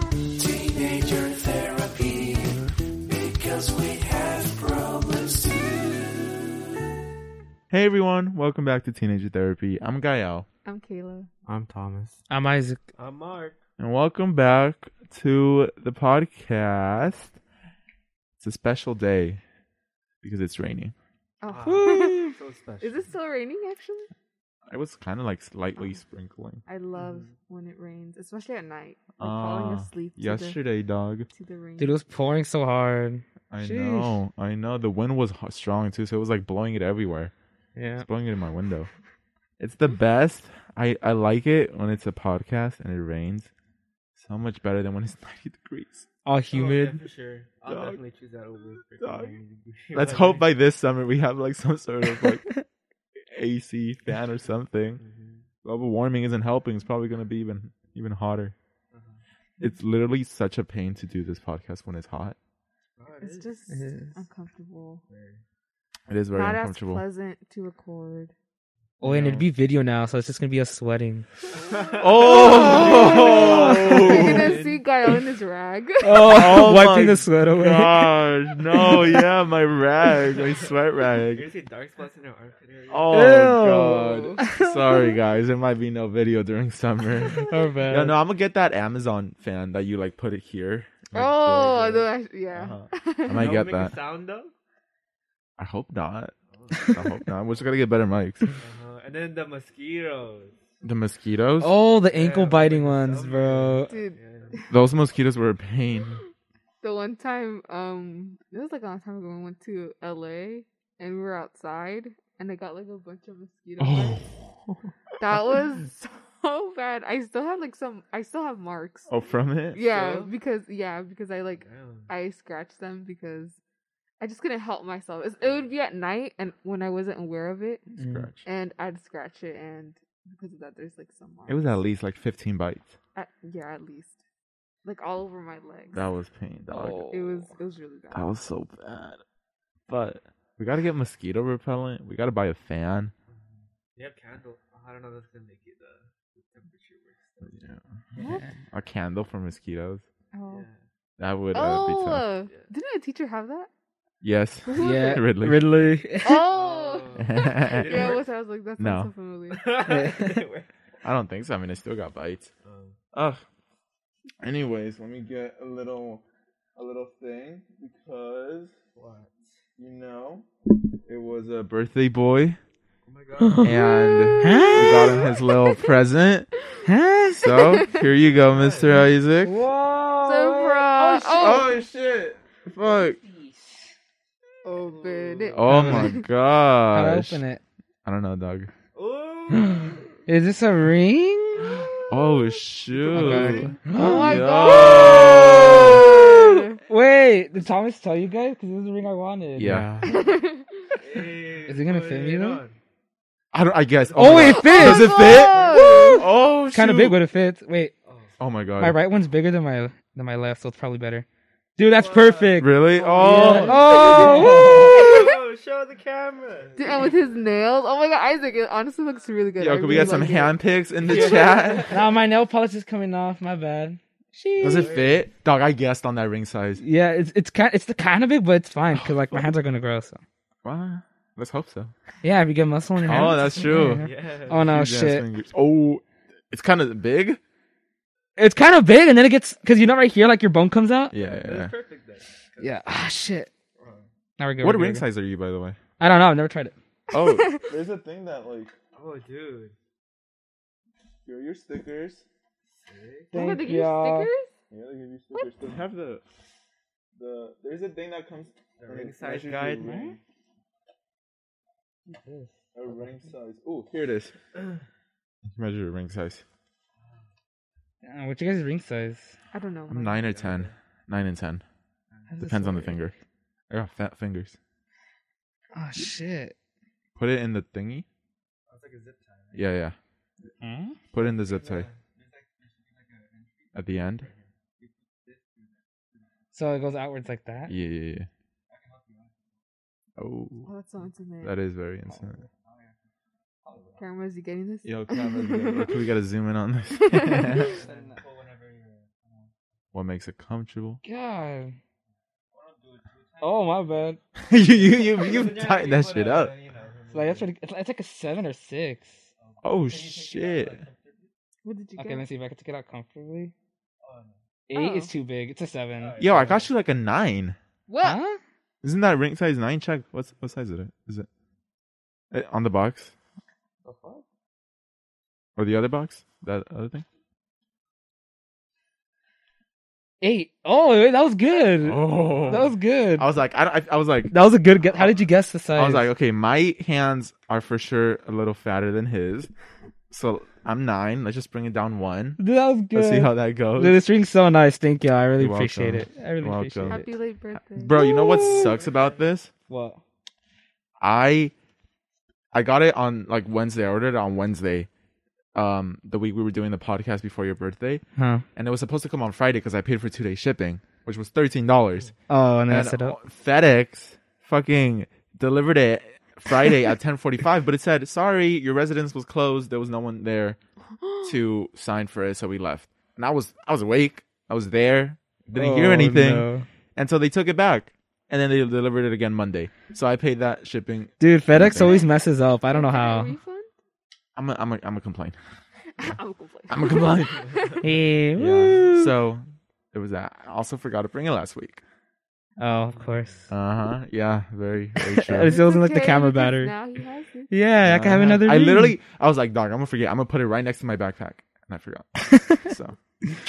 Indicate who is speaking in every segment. Speaker 1: Teenager therapy, because we have problems too.
Speaker 2: Hey everyone, welcome back to Teenager Therapy. I'm Gael,
Speaker 3: I'm Kayla.
Speaker 4: I'm Thomas.
Speaker 5: I'm Isaac.
Speaker 4: I'm Mark.
Speaker 2: and welcome back to the podcast. It's a special day because it's raining.
Speaker 3: Oh.
Speaker 4: so special.
Speaker 3: Is it still raining actually?
Speaker 2: It was kind of like
Speaker 5: Oh.
Speaker 2: slightly sprinkling.
Speaker 3: I love when it rains, especially at night. Like falling
Speaker 2: Mm-hmm. Ah,
Speaker 3: asleep to,
Speaker 2: Yesterday, dog.
Speaker 3: the, to the rain.
Speaker 5: Dude, it was pouring so hard.
Speaker 2: I
Speaker 5: Sheesh.
Speaker 2: know, I know. The wind was h- strong too, so it was like blowing it everywhere.
Speaker 4: Oh,
Speaker 5: Yeah.
Speaker 2: It's blowing it in my window. It's the best. I I like it when it's a podcast and it rains. So much better than when it's 90 degrees.
Speaker 5: All humid.
Speaker 4: for sure. I'll
Speaker 2: Dog.
Speaker 4: definitely choose that over. freaking
Speaker 2: Dog.
Speaker 4: 90 degree
Speaker 2: Let's
Speaker 4: weather.
Speaker 2: hope by this summer we have like some sort of like AC fan or something.
Speaker 4: Mhm.
Speaker 2: Global warming isn't helping. It's probably going to be even even hotter.
Speaker 4: Uh-huh.
Speaker 2: It's literally such a pain to do this podcast when it's hot.
Speaker 4: Oh, it
Speaker 3: it's
Speaker 4: is
Speaker 3: just
Speaker 5: it is.
Speaker 3: uncomfortable.
Speaker 4: very-
Speaker 2: It is very
Speaker 3: Not as
Speaker 2: uncomfortable.
Speaker 3: pleasant to record.
Speaker 5: Oh, and it'd be video now, so it's just gonna be us sweating.
Speaker 3: You're
Speaker 2: Oh!
Speaker 3: gonna see Gael in his rag.
Speaker 2: Oh my
Speaker 5: wiping the sweat away.
Speaker 2: Gosh, no, yeah, my rag, my sweat
Speaker 4: You're
Speaker 2: rag.
Speaker 4: gonna see dark spots in her armpit area.
Speaker 2: Oh god. Sorry guys, there might be no video during summer.
Speaker 5: Our bad.
Speaker 2: Yeah, no, I'm gonna get that Amazon fan that you like put it here. Like, uh,
Speaker 3: oh,
Speaker 2: blow
Speaker 3: I
Speaker 2: it
Speaker 3: don't
Speaker 2: here.
Speaker 3: act- yeah.
Speaker 2: I might
Speaker 4: Don't
Speaker 2: get
Speaker 4: make a
Speaker 2: that.
Speaker 4: sound though.
Speaker 2: I hope not. I hope not. We're just gonna get better mics.
Speaker 4: Uh-huh. And then the mosquitoes.
Speaker 2: The mosquitoes.
Speaker 5: Oh, the ankle
Speaker 4: Yeah,
Speaker 5: biting
Speaker 4: like
Speaker 5: ones,
Speaker 4: some-
Speaker 5: bro.
Speaker 3: Dude,
Speaker 4: Yeah.
Speaker 2: Those mosquitoes were a pain.
Speaker 3: the one time, um, it was like a long time ago. We went to LA and we were outside, and I got like a bunch of mosquito
Speaker 2: Oh.
Speaker 3: bites. That was so bad. I still have like some. I still have marks.
Speaker 2: Oh, from it.
Speaker 3: yeah,
Speaker 4: still?
Speaker 3: because yeah, because I like
Speaker 4: Damn.
Speaker 3: I scratched them because I just couldn't help myself. It's- It would be at night and when I wasn't aware of it,
Speaker 5: Mm.
Speaker 2: Scratch.
Speaker 3: and I'd scratch it, and because of that, there's like some marks.
Speaker 2: It was at least like 15 bites.
Speaker 3: At- yeah, at least like all over my legs.
Speaker 2: That was pain, dog.
Speaker 3: It was it was really bad.
Speaker 2: That was so bad. But we gotta get mosquito repellent. We gotta buy a fan.
Speaker 4: You Um, have candle. Oh, I don't know if that's gonna make it uh, the
Speaker 2: Yeah.
Speaker 4: temperature worse.
Speaker 3: What?
Speaker 2: A candle for mosquitoes.
Speaker 3: Oh,
Speaker 2: That would uh,
Speaker 3: oh
Speaker 2: be tough.
Speaker 3: uh, didn't a teacher have that?
Speaker 2: Yes.
Speaker 3: Who was
Speaker 5: Yeah,
Speaker 3: it?
Speaker 2: Ridley.
Speaker 5: Ridley.
Speaker 3: Oh.
Speaker 2: I
Speaker 3: yeah, it was, I was like, that sounds
Speaker 2: No.
Speaker 3: so familiar.
Speaker 4: Yeah.
Speaker 2: don't think so. I mean, I still got bites.
Speaker 4: Oh. Um,
Speaker 2: Ugh. Anyways, let me get a little, a little thing because
Speaker 4: what?
Speaker 2: you know it was a birthday boy,
Speaker 4: Oh my god.
Speaker 2: and we got him his little present.
Speaker 5: Huh?
Speaker 2: So here you go, Mr. Isaac.
Speaker 3: Surprise! Oh,
Speaker 2: Oh shit! Fuck!
Speaker 3: open it.
Speaker 2: Oh my
Speaker 5: How do I
Speaker 2: gosh!
Speaker 5: open it?
Speaker 2: I don't know, dog.
Speaker 4: Ooh.
Speaker 5: Is this a ring?
Speaker 2: Oh shoot!
Speaker 5: Okay.
Speaker 3: Oh my
Speaker 2: Yo.
Speaker 3: god!
Speaker 5: Wait, did Thomas tell you guys? Because it was the ring I wanted.
Speaker 2: Yeah.
Speaker 3: Oh.
Speaker 4: Hey,
Speaker 5: Is it gonna
Speaker 4: put
Speaker 5: fit me, though?
Speaker 4: on.
Speaker 2: I don't. I guess.
Speaker 5: Oh,
Speaker 2: my
Speaker 5: it
Speaker 2: God.
Speaker 5: fits!
Speaker 2: Does it fit? Oh,
Speaker 5: Kind of
Speaker 2: shoot.
Speaker 5: big, but it fits. Wait,
Speaker 4: Oh.
Speaker 2: Oh my god.
Speaker 5: my right one's bigger than my than my left, so it's probably better. Dude, that's perfect.
Speaker 2: Really? Oh.
Speaker 5: Yeah. Oh, woo!
Speaker 4: Oh, show the camera.
Speaker 3: Dude, and with his nails. Oh my god, Isaac, it honestly looks really good.
Speaker 2: Yo,
Speaker 3: I
Speaker 2: can we
Speaker 3: really
Speaker 2: get some
Speaker 3: like it.
Speaker 2: hand pics in the chat?
Speaker 5: now my nail polish is coming off. My bad.
Speaker 2: Does it fit? Dog, I guessed on that ring size.
Speaker 5: Yeah, it's it's kind it's the kind of big, but it's
Speaker 2: Oh,
Speaker 5: fine because like my hands are gonna grow. So
Speaker 2: Wow. Let's hope so.
Speaker 5: yeah, if you get muscle in your hands.
Speaker 2: Oh, that's true.
Speaker 5: yeah.
Speaker 4: Yeah.
Speaker 5: Oh no,
Speaker 2: Huge ass
Speaker 5: shit!
Speaker 2: fingers. Oh, it's kind of big.
Speaker 5: It's kind of big, and then it gets because you know right here, like your bone comes out.
Speaker 2: Yeah, yeah.
Speaker 4: That's perfect then. 'Cause,
Speaker 5: Yeah. Ah, shit.
Speaker 4: uh,
Speaker 5: Now we're
Speaker 2: yeah. What
Speaker 5: good. we're good,
Speaker 2: ring
Speaker 5: we're good.
Speaker 2: size are you, by the way?
Speaker 5: I don't know. I've never tried it.
Speaker 2: Oh, there's a thing that like
Speaker 4: Oh, dude.
Speaker 2: your your stickers.
Speaker 4: Sick.
Speaker 3: Oh my god, they give you
Speaker 5: y'all.
Speaker 3: stickers?
Speaker 2: Yeah, they give you stickers. They have the the there's a thing that comes
Speaker 4: The ring size guide. man.
Speaker 2: A ring size. Oh, here it is. Measure your ring size.
Speaker 5: Uh, What you guys ring size?
Speaker 3: I don't know.
Speaker 2: I'm
Speaker 3: man.
Speaker 2: nine or ten. Nine and ten.
Speaker 5: How does this
Speaker 2: Depends on the
Speaker 5: work?
Speaker 2: finger. I got fat fingers.
Speaker 5: Oh shit.
Speaker 2: Put it in the thingy.
Speaker 4: Oh, it's like a zip tie. right?
Speaker 2: Yeah, yeah.
Speaker 5: Huh?
Speaker 2: Put it in the zip tie
Speaker 4: Yeah. There's like- there should be like a entry
Speaker 2: at the end.
Speaker 4: right here. You put this through that.
Speaker 5: So it goes outwards like that.
Speaker 2: Yeah, yeah, yeah.
Speaker 4: I can help you out.
Speaker 2: Oh,
Speaker 3: Oh, that's so intimate.
Speaker 2: that is very instant.
Speaker 4: Oh, yeah.
Speaker 3: Cameras, you getting this?
Speaker 2: Yo, cameras, yo, can we gotta zoom in on this?
Speaker 4: Then, oh,
Speaker 2: What makes it comfortable?
Speaker 5: God. Oh my bad.
Speaker 2: you you
Speaker 4: uh,
Speaker 2: you you tighten that shit up.
Speaker 5: It's like that's pretty, it's, like, it's like a seven or six.
Speaker 2: Oh shit.
Speaker 3: What did you
Speaker 5: Okay,
Speaker 3: get?
Speaker 5: let's see if I can take it out comfortably. Eight is
Speaker 3: Oh.
Speaker 5: too big. It's a seven.
Speaker 2: Yo, I got you like a nine.
Speaker 3: What?
Speaker 5: Huh?
Speaker 2: Isn't that ring size nine? Check. What's what size is it? Is it eh, on the box or the other box? That other thing?
Speaker 5: Eight. Oh, wait, that was good.
Speaker 2: Oh,
Speaker 5: That was good.
Speaker 2: I was like, I, don't- I, I was like,
Speaker 5: That was a good guess. How did you guess the size?
Speaker 2: I was like, okay, my hands are for sure a little fatter than his, so I'm nine. Let's just bring it down one.
Speaker 5: Dude, that was good.
Speaker 2: Let's see how that
Speaker 5: Dude,
Speaker 2: goes.
Speaker 5: this ring's so nice. Thank you. I really
Speaker 2: You're
Speaker 5: appreciate it.
Speaker 2: welcome.
Speaker 5: I really
Speaker 2: You're
Speaker 5: appreciate
Speaker 2: welcome.
Speaker 5: it.
Speaker 3: Happy late birthday.
Speaker 2: Bro, you know what sucks about this?
Speaker 5: What?
Speaker 2: I I got it on like Wednesday. I ordered it on Wednesday. Um, the week we were doing the podcast before your birthday,
Speaker 5: Huh?
Speaker 2: and it was supposed to come on Friday because I paid for two day shipping, which was thirteen dollars.
Speaker 5: Oh, and I
Speaker 2: And
Speaker 5: set up.
Speaker 2: FedEx fucking delivered it Friday at ten forty five, but it said sorry, your residence was closed. There was no one there to sign for it, so we left. And I was I was awake. I was there. Didn't hear
Speaker 5: Oh,
Speaker 2: anything,
Speaker 5: no.
Speaker 2: and so they took it back, and then they delivered it again Monday. So I paid that shipping.
Speaker 5: Dude, FedEx
Speaker 2: Nothing.
Speaker 5: always messes up. I don't know how.
Speaker 2: I'm a, I'm a, I'm a complain.
Speaker 3: I'm complaining.
Speaker 2: I'm a complain.
Speaker 5: Hey,
Speaker 2: yeah.
Speaker 5: woo.
Speaker 2: So it was that. I also forgot to bring it last week.
Speaker 5: oh, of course.
Speaker 2: Uh huh. Yeah. Very very true.
Speaker 5: It's
Speaker 3: It's
Speaker 5: doesn't like the
Speaker 3: okay,
Speaker 5: camera
Speaker 3: because
Speaker 5: battery.
Speaker 3: Now he has it.
Speaker 5: yeah, I can have
Speaker 2: Uh-huh.
Speaker 5: another.
Speaker 2: I
Speaker 5: ring.
Speaker 2: literally I was like, dog, I'm gonna forget. I'm gonna put it right next to my backpack, and I forgot. so.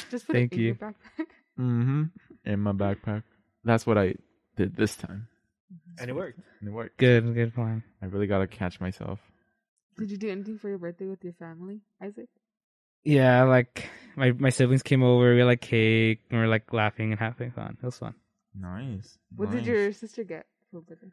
Speaker 3: Just put
Speaker 5: Thank
Speaker 3: it in
Speaker 5: you.
Speaker 3: your backpack.
Speaker 2: Mm-hmm. In my backpack. That's what I did this time.
Speaker 4: And it worked.
Speaker 2: And it worked.
Speaker 5: Good, good plan.
Speaker 2: I really gotta catch myself.
Speaker 3: Did you do anything for your birthday with your family, Isaac?
Speaker 5: Yeah, like my my siblings came over. We had like cake, and we were like laughing and having fun. It was fun.
Speaker 2: Nice.
Speaker 3: What did
Speaker 2: nice.
Speaker 3: your sister get for birthday?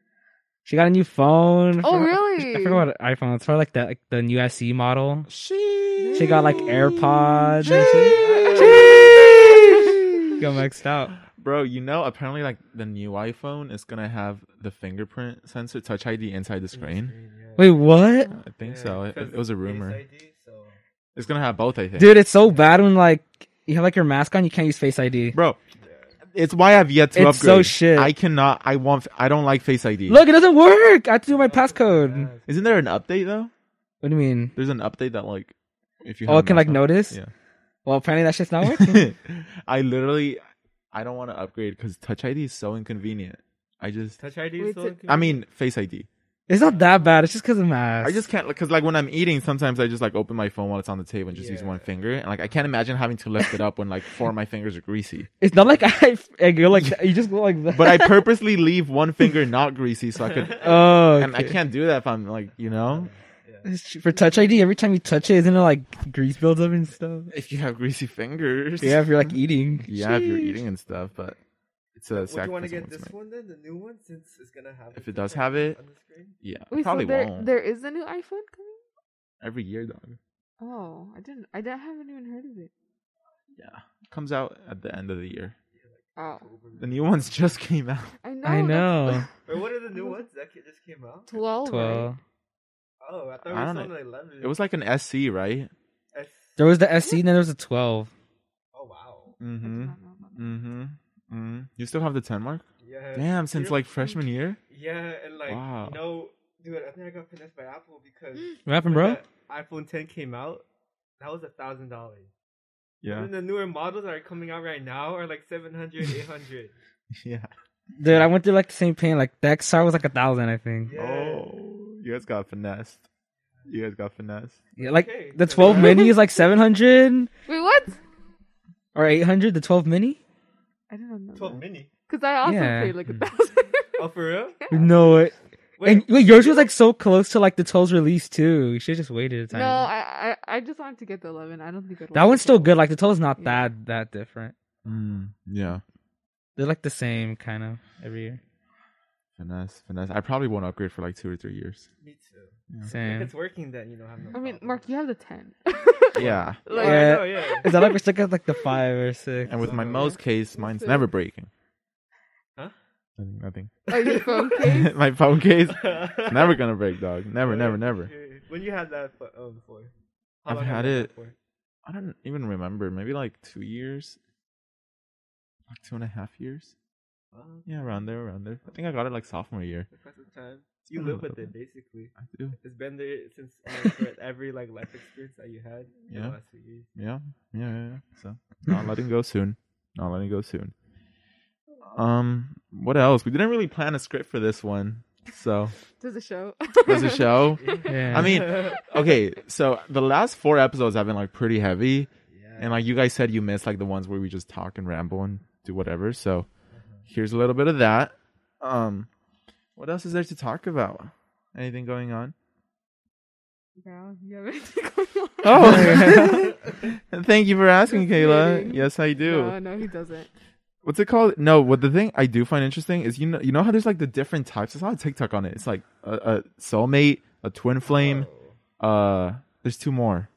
Speaker 5: She got a new phone. I
Speaker 3: Oh,
Speaker 5: forgot-
Speaker 3: really?
Speaker 5: I forgot what iPhone. It's probably like that, like the new SE model.
Speaker 2: She.
Speaker 5: She got like AirPods. And
Speaker 2: Sheesh.
Speaker 5: she got maxed out.
Speaker 2: Bro, you know, apparently, like the new iPhone is gonna have the fingerprint sensor, Touch ID inside the screen.
Speaker 5: Wait, what?
Speaker 2: I think so. It, it was a rumor. It's gonna have both, I think.
Speaker 5: Dude, it's so bad when like you have like your mask on, you can't use Face ID.
Speaker 2: Bro, it's why I've yet to
Speaker 5: It's so
Speaker 2: upgrade.
Speaker 5: shit.
Speaker 2: I cannot. I want. I don't like Face ID.
Speaker 5: Look, it doesn't work. I have to do my passcode.
Speaker 2: isn't there an update though?
Speaker 5: What do you mean?
Speaker 2: There's an update that like, if you
Speaker 5: Oh,
Speaker 2: have
Speaker 5: it can
Speaker 2: a
Speaker 5: like
Speaker 2: mask on-
Speaker 5: notice.
Speaker 2: Yeah.
Speaker 5: Well, apparently that shit's not working.
Speaker 2: I literally, I don't want to upgrade because Touch ID is so inconvenient. I just,
Speaker 4: Touch ID
Speaker 3: Wait,
Speaker 4: is so
Speaker 3: it's-
Speaker 2: I mean, Face ID.
Speaker 5: it's not that bad. It's just because of mask.
Speaker 2: I just can't because like when I'm eating, sometimes I just like open my phone while it's on the table and just use
Speaker 4: Yeah.
Speaker 2: one finger, and like I can't imagine having to lift it up when like four of my fingers are greasy.
Speaker 5: It's not like I, I go like that. you just go like that.
Speaker 2: But I purposely leave one finger not greasy so I could,
Speaker 5: oh,
Speaker 2: and I
Speaker 5: okay.
Speaker 2: can't do that if I'm like you know
Speaker 5: It's tr- For Touch ID, every time you touch it, isn't it like grease builds up and stuff?
Speaker 2: if you have greasy fingers.
Speaker 5: Yeah, if you're like eating.
Speaker 2: yeah, if you're
Speaker 5: Sheesh.
Speaker 2: eating and stuff, but it's a
Speaker 4: Would you want
Speaker 2: sacrifice.
Speaker 4: to get
Speaker 2: to
Speaker 4: this
Speaker 2: make.
Speaker 4: one then, the new one, since it's gonna have
Speaker 2: If it does have it.
Speaker 4: on the screen?
Speaker 2: Yeah,
Speaker 3: Wait,
Speaker 2: probably
Speaker 3: so there,
Speaker 2: won't
Speaker 3: there is a new iPhone coming?
Speaker 2: every year though.
Speaker 3: Oh, I didn't. I, didn't- I haven't even heard of it.
Speaker 2: Yeah. Comes out at the end of the year.
Speaker 3: Oh,
Speaker 2: The new ones just came out.
Speaker 3: I know.
Speaker 5: I know.
Speaker 3: that's-
Speaker 4: Wait, what are the new ones that ca- just came out?
Speaker 3: Twelve. Twelve.
Speaker 5: Twelve.
Speaker 4: Oh, I thought we
Speaker 2: I
Speaker 4: were
Speaker 2: don't
Speaker 4: still on
Speaker 2: know.
Speaker 4: the eleven.
Speaker 2: It was like an SC, right?
Speaker 4: S-
Speaker 5: There was the SC, and then there was the twelve.
Speaker 4: Oh wow.
Speaker 2: Mm-hmm. Mm-hmm. Mm-hmm. You still have the 10 mark?
Speaker 4: Yeah.
Speaker 2: Damn,
Speaker 4: you
Speaker 2: since
Speaker 4: know-
Speaker 2: like freshman year?
Speaker 4: Yeah, and like
Speaker 2: Wow.
Speaker 4: you know, dude, I think I got finessed by Apple because
Speaker 3: Mm.
Speaker 5: What happened,
Speaker 4: when
Speaker 5: bro?
Speaker 4: the iPhone 10 came out. That was a thousand dollars.
Speaker 2: Yeah.
Speaker 4: And then the newer models that are coming out right now are like 700, 800.
Speaker 2: Yeah.
Speaker 5: Dude, I went through like the same pain. Like the XR was like a thousand, I think.
Speaker 4: Yeah.
Speaker 2: Oh, you guys got finessed. You guys got finessed.
Speaker 5: Yeah, like
Speaker 4: Okay.
Speaker 5: the twelve mini is like seven hundred
Speaker 3: Wait, what?
Speaker 5: or eight hundred. The twelve mini?
Speaker 3: I didn't know.
Speaker 4: 12 mini.
Speaker 3: Because I also
Speaker 5: Yeah.
Speaker 3: paid like a
Speaker 5: Mm.
Speaker 3: thousand.
Speaker 4: Oh, for real?
Speaker 5: No, it.
Speaker 4: Wait,
Speaker 5: and wait, yours was like so close to like the 12's release too. You should have just waited a
Speaker 3: no,
Speaker 5: time.
Speaker 3: I, I I just wanted to get the eleven. I don't think I'd
Speaker 5: that
Speaker 3: want
Speaker 5: one's
Speaker 3: the
Speaker 5: still
Speaker 3: 12.
Speaker 5: good. Like the 12's not
Speaker 3: Yeah.
Speaker 5: that that different.
Speaker 2: Mm, yeah.
Speaker 5: They're like the same kind of every year.
Speaker 2: Finesse, finesse. I probably won't upgrade for like two or three years.
Speaker 4: me too. If
Speaker 5: Same.
Speaker 4: it's working, then you don't have no.
Speaker 3: I mean,
Speaker 4: problem.
Speaker 3: Mark, you have the ten.
Speaker 2: Yeah.
Speaker 4: Yeah,
Speaker 3: Like,
Speaker 4: I
Speaker 5: Yeah.
Speaker 4: know, yeah.
Speaker 5: Is that like we're stuck at like the five or six?
Speaker 2: And with my
Speaker 4: Yeah.
Speaker 2: Moe's case, mine's
Speaker 4: Listen.
Speaker 2: never breaking.
Speaker 4: Huh?
Speaker 2: Nothing, nothing.
Speaker 3: oh, your phone case.
Speaker 2: my phone case, never gonna break, dog. Never,
Speaker 4: Wait,
Speaker 2: never, never.
Speaker 4: dude, When you had that for, um, for?
Speaker 2: I've
Speaker 4: long have
Speaker 2: had
Speaker 4: you
Speaker 2: it-
Speaker 4: that for?
Speaker 2: I don't even remember. Maybe like two years. like two and a half years.
Speaker 4: Well,
Speaker 2: Yeah, around there, around there. I think I got it like sophomore year.
Speaker 4: took us some time.
Speaker 2: It's
Speaker 4: You
Speaker 2: been a
Speaker 4: live with
Speaker 2: little
Speaker 4: it basically.
Speaker 2: I do.
Speaker 4: It's been there since like, for every like life experience that you had. in
Speaker 2: Yeah.
Speaker 4: The last few years.
Speaker 2: Yeah, yeah, yeah. yeah. So not letting go soon. Not letting go soon. Um, what else? We didn't really plan a script for this one, so
Speaker 3: There's a show.
Speaker 2: there's a show.
Speaker 5: Yeah.
Speaker 2: I mean, okay. So the last four episodes have been like pretty heavy,
Speaker 4: Yeah.
Speaker 2: and like you guys said, you missed like the ones where we just talk and ramble and do whatever. So here's a little bit of that. Um, what else is there to talk about? Anything going on?
Speaker 3: Girl, you have anything going on?
Speaker 2: Oh, thank you for asking,
Speaker 3: Just
Speaker 2: Kayla.
Speaker 3: kidding.
Speaker 2: Yes, I do.
Speaker 3: No, no, he doesn't.
Speaker 2: What's it called? No, what the thing I do find interesting is you know you know how there's like the different types. I saw a TikTok on it. It's like a, a soulmate, a twin flame. Uh, there's two more.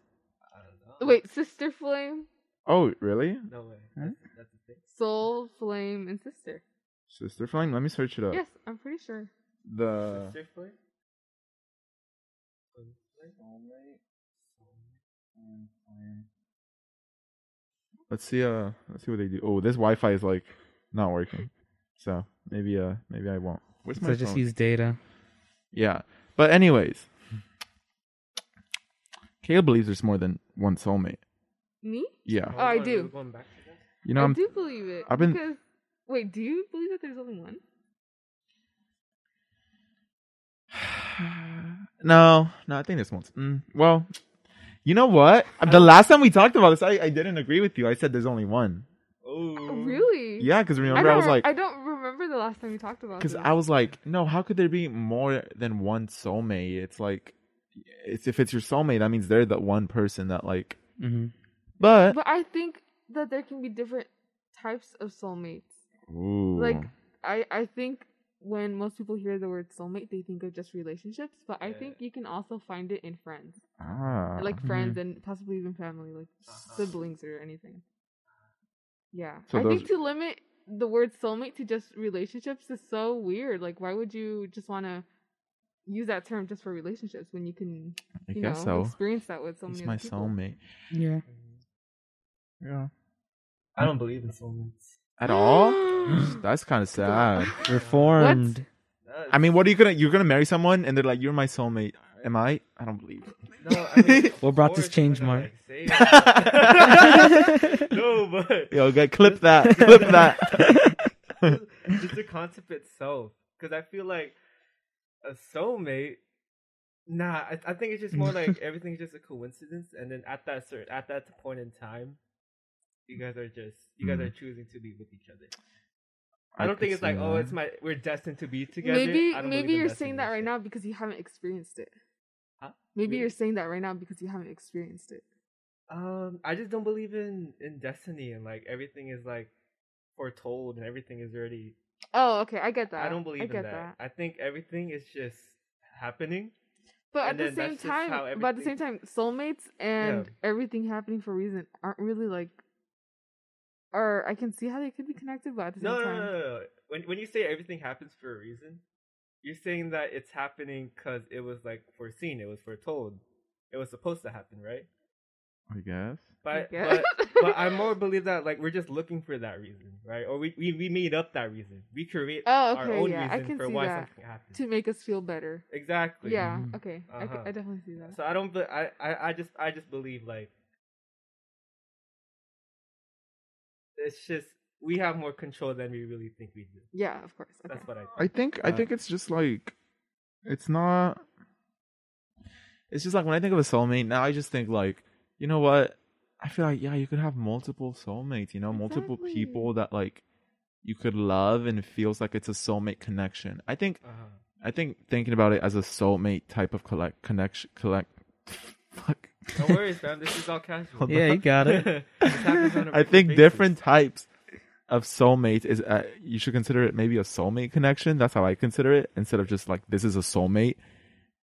Speaker 4: Oh, I don't know.
Speaker 3: Wait, sister flame,
Speaker 2: Oh, really?
Speaker 4: No way.
Speaker 2: Huh?
Speaker 4: That's, that's the thing.
Speaker 3: soul flame, and sister.
Speaker 2: Sister flame. Let me search it up.
Speaker 3: Yes, I'm pretty sure.
Speaker 2: The
Speaker 4: Sister flame?
Speaker 3: Oh,
Speaker 2: let's see. Uh, let's see what they do. Oh, this Wi-Fi is like not working. So maybe uh maybe I won't. Where's
Speaker 5: so just use data.
Speaker 2: Yeah. But anyways, Caleb believes there's more than one soulmate.
Speaker 3: Me?
Speaker 2: Yeah.
Speaker 3: I
Speaker 4: we're
Speaker 3: do.
Speaker 4: Going back to that?
Speaker 2: You know,
Speaker 3: I
Speaker 2: I'm,
Speaker 3: do believe it.
Speaker 2: I've been-
Speaker 3: Because, wait, do you believe that there's only one?
Speaker 2: no, no, I think this one's. Mm, well, you know what? The last time we talked about this, I, I didn't agree with you. I said there's only one.
Speaker 4: Oh.
Speaker 3: Really?
Speaker 2: Mm-hmm. Yeah, because
Speaker 3: I,
Speaker 2: remember I,
Speaker 3: don't
Speaker 2: was
Speaker 3: re-
Speaker 2: like,
Speaker 3: I don't remember the last time we talked about
Speaker 2: because
Speaker 3: this.
Speaker 2: I was like, no, how could there be more than one soulmate? It's like, it's if it's your soulmate, that means they're the one person that like.
Speaker 5: hmm
Speaker 2: But,
Speaker 3: But I think that there can be different types of soulmates.
Speaker 2: Ooh.
Speaker 3: Like, I, I think when most people hear the word soulmate, they think of just relationships, but I
Speaker 4: Yeah.
Speaker 3: think you can also find it in friends.
Speaker 2: ah,
Speaker 3: like friends and possibly even family, like
Speaker 4: Uh-huh.
Speaker 3: siblings or anything. Yeah,
Speaker 2: So
Speaker 3: I think
Speaker 2: those-
Speaker 3: to limit the word soulmate to just relationships is so weird. Like, why would you just want to use that term just for relationships when you can,
Speaker 2: I
Speaker 3: you
Speaker 2: guess
Speaker 3: know,
Speaker 2: so.
Speaker 3: experience that with so
Speaker 2: It's
Speaker 3: many
Speaker 2: my
Speaker 3: other people?
Speaker 2: soulmate.
Speaker 5: Yeah.
Speaker 2: Yeah.
Speaker 4: I don't believe in soulmates.
Speaker 2: At all? That's kind of sad.
Speaker 5: Reformed.
Speaker 4: That's-
Speaker 2: I mean, what are you gonna? You're gonna marry someone, and they're like, "You're my soulmate." Am I? I don't believe. it.
Speaker 4: no, I mean, of
Speaker 5: What brought this
Speaker 4: course,
Speaker 5: change,
Speaker 4: when I,
Speaker 5: Mark?
Speaker 4: like, say it- no, but
Speaker 2: Yo, okay, clip that. clip that.
Speaker 4: just the concept itself. Because I feel like a soulmate. Nah, I, I think it's just more like everything's just a coincidence, and then at that certain at that point in time, you guys are just you guys
Speaker 2: Mhm.
Speaker 4: are choosing to be with each other. I don't think
Speaker 2: could
Speaker 4: it's like
Speaker 2: see
Speaker 4: oh,
Speaker 2: that.
Speaker 4: it's my we're destined to be together.
Speaker 3: Maybe
Speaker 4: I don't believe
Speaker 3: maybe
Speaker 4: in
Speaker 3: you're
Speaker 4: destiny
Speaker 3: saying
Speaker 4: and
Speaker 3: that right
Speaker 4: shit.
Speaker 3: now because you haven't experienced it.
Speaker 4: Huh?
Speaker 3: Maybe
Speaker 4: Really?
Speaker 3: you're saying that right now because you haven't experienced it.
Speaker 4: Um, I just don't believe in in destiny and like everything is like foretold and everything is already.
Speaker 3: Oh, okay, I get that.
Speaker 4: I don't believe
Speaker 3: I
Speaker 4: in
Speaker 3: get
Speaker 4: that. I think everything is just happening.
Speaker 3: But
Speaker 4: And
Speaker 3: at the
Speaker 4: then
Speaker 3: same
Speaker 4: that's just how
Speaker 3: time, but at the same
Speaker 4: everything-
Speaker 3: time, soulmates and everything happening for a reason aren't really like. Or I can see how they could be connected, but at the same
Speaker 4: No, no,
Speaker 3: time,
Speaker 4: no, no, no. When when you say everything happens for a reason, you're saying that it's happening because it was like foreseen, it was foretold, it was supposed to happen, right?
Speaker 2: I guess.
Speaker 3: I
Speaker 4: But
Speaker 3: guess.
Speaker 4: but, but I more believe that like we're just looking for that reason, right? Or we we, we made up that reason. We create
Speaker 3: Oh,
Speaker 4: our
Speaker 3: okay,
Speaker 4: own
Speaker 3: yeah, I
Speaker 4: reason
Speaker 3: can
Speaker 4: for
Speaker 3: see
Speaker 4: why
Speaker 3: that.
Speaker 4: something happened.
Speaker 3: to make us feel better.
Speaker 4: Exactly.
Speaker 3: Yeah,
Speaker 5: Mhm.
Speaker 3: okay, I c I I,
Speaker 4: Uh-huh.
Speaker 3: definitely see that.
Speaker 4: So I don't. be- I, I. I just. I just believe like it's just we have more control than we really think we do.
Speaker 3: Yeah, of course. Okay.
Speaker 4: That's what I. Think.
Speaker 2: I think. I
Speaker 4: Uh,
Speaker 2: think it's just like, it's not. It's just like when I think of a soulmate now, I just think like, you know what? I feel like yeah, you could have multiple soulmates. You know, multiple
Speaker 3: Exactly.
Speaker 2: people that like you could love, and it feels like it's a soulmate connection. I think.
Speaker 4: Uh-huh.
Speaker 2: I think thinking about it as a soulmate type of collect connection collect. Fuck.
Speaker 4: No worries, man. This is all casual.
Speaker 5: Yeah, you got it.
Speaker 4: This happens on a
Speaker 2: I
Speaker 4: regular
Speaker 2: think
Speaker 4: basis.
Speaker 2: different types of soulmate is uh, you should consider it maybe a soulmate connection. That's how I consider it instead of just like this is a soulmate.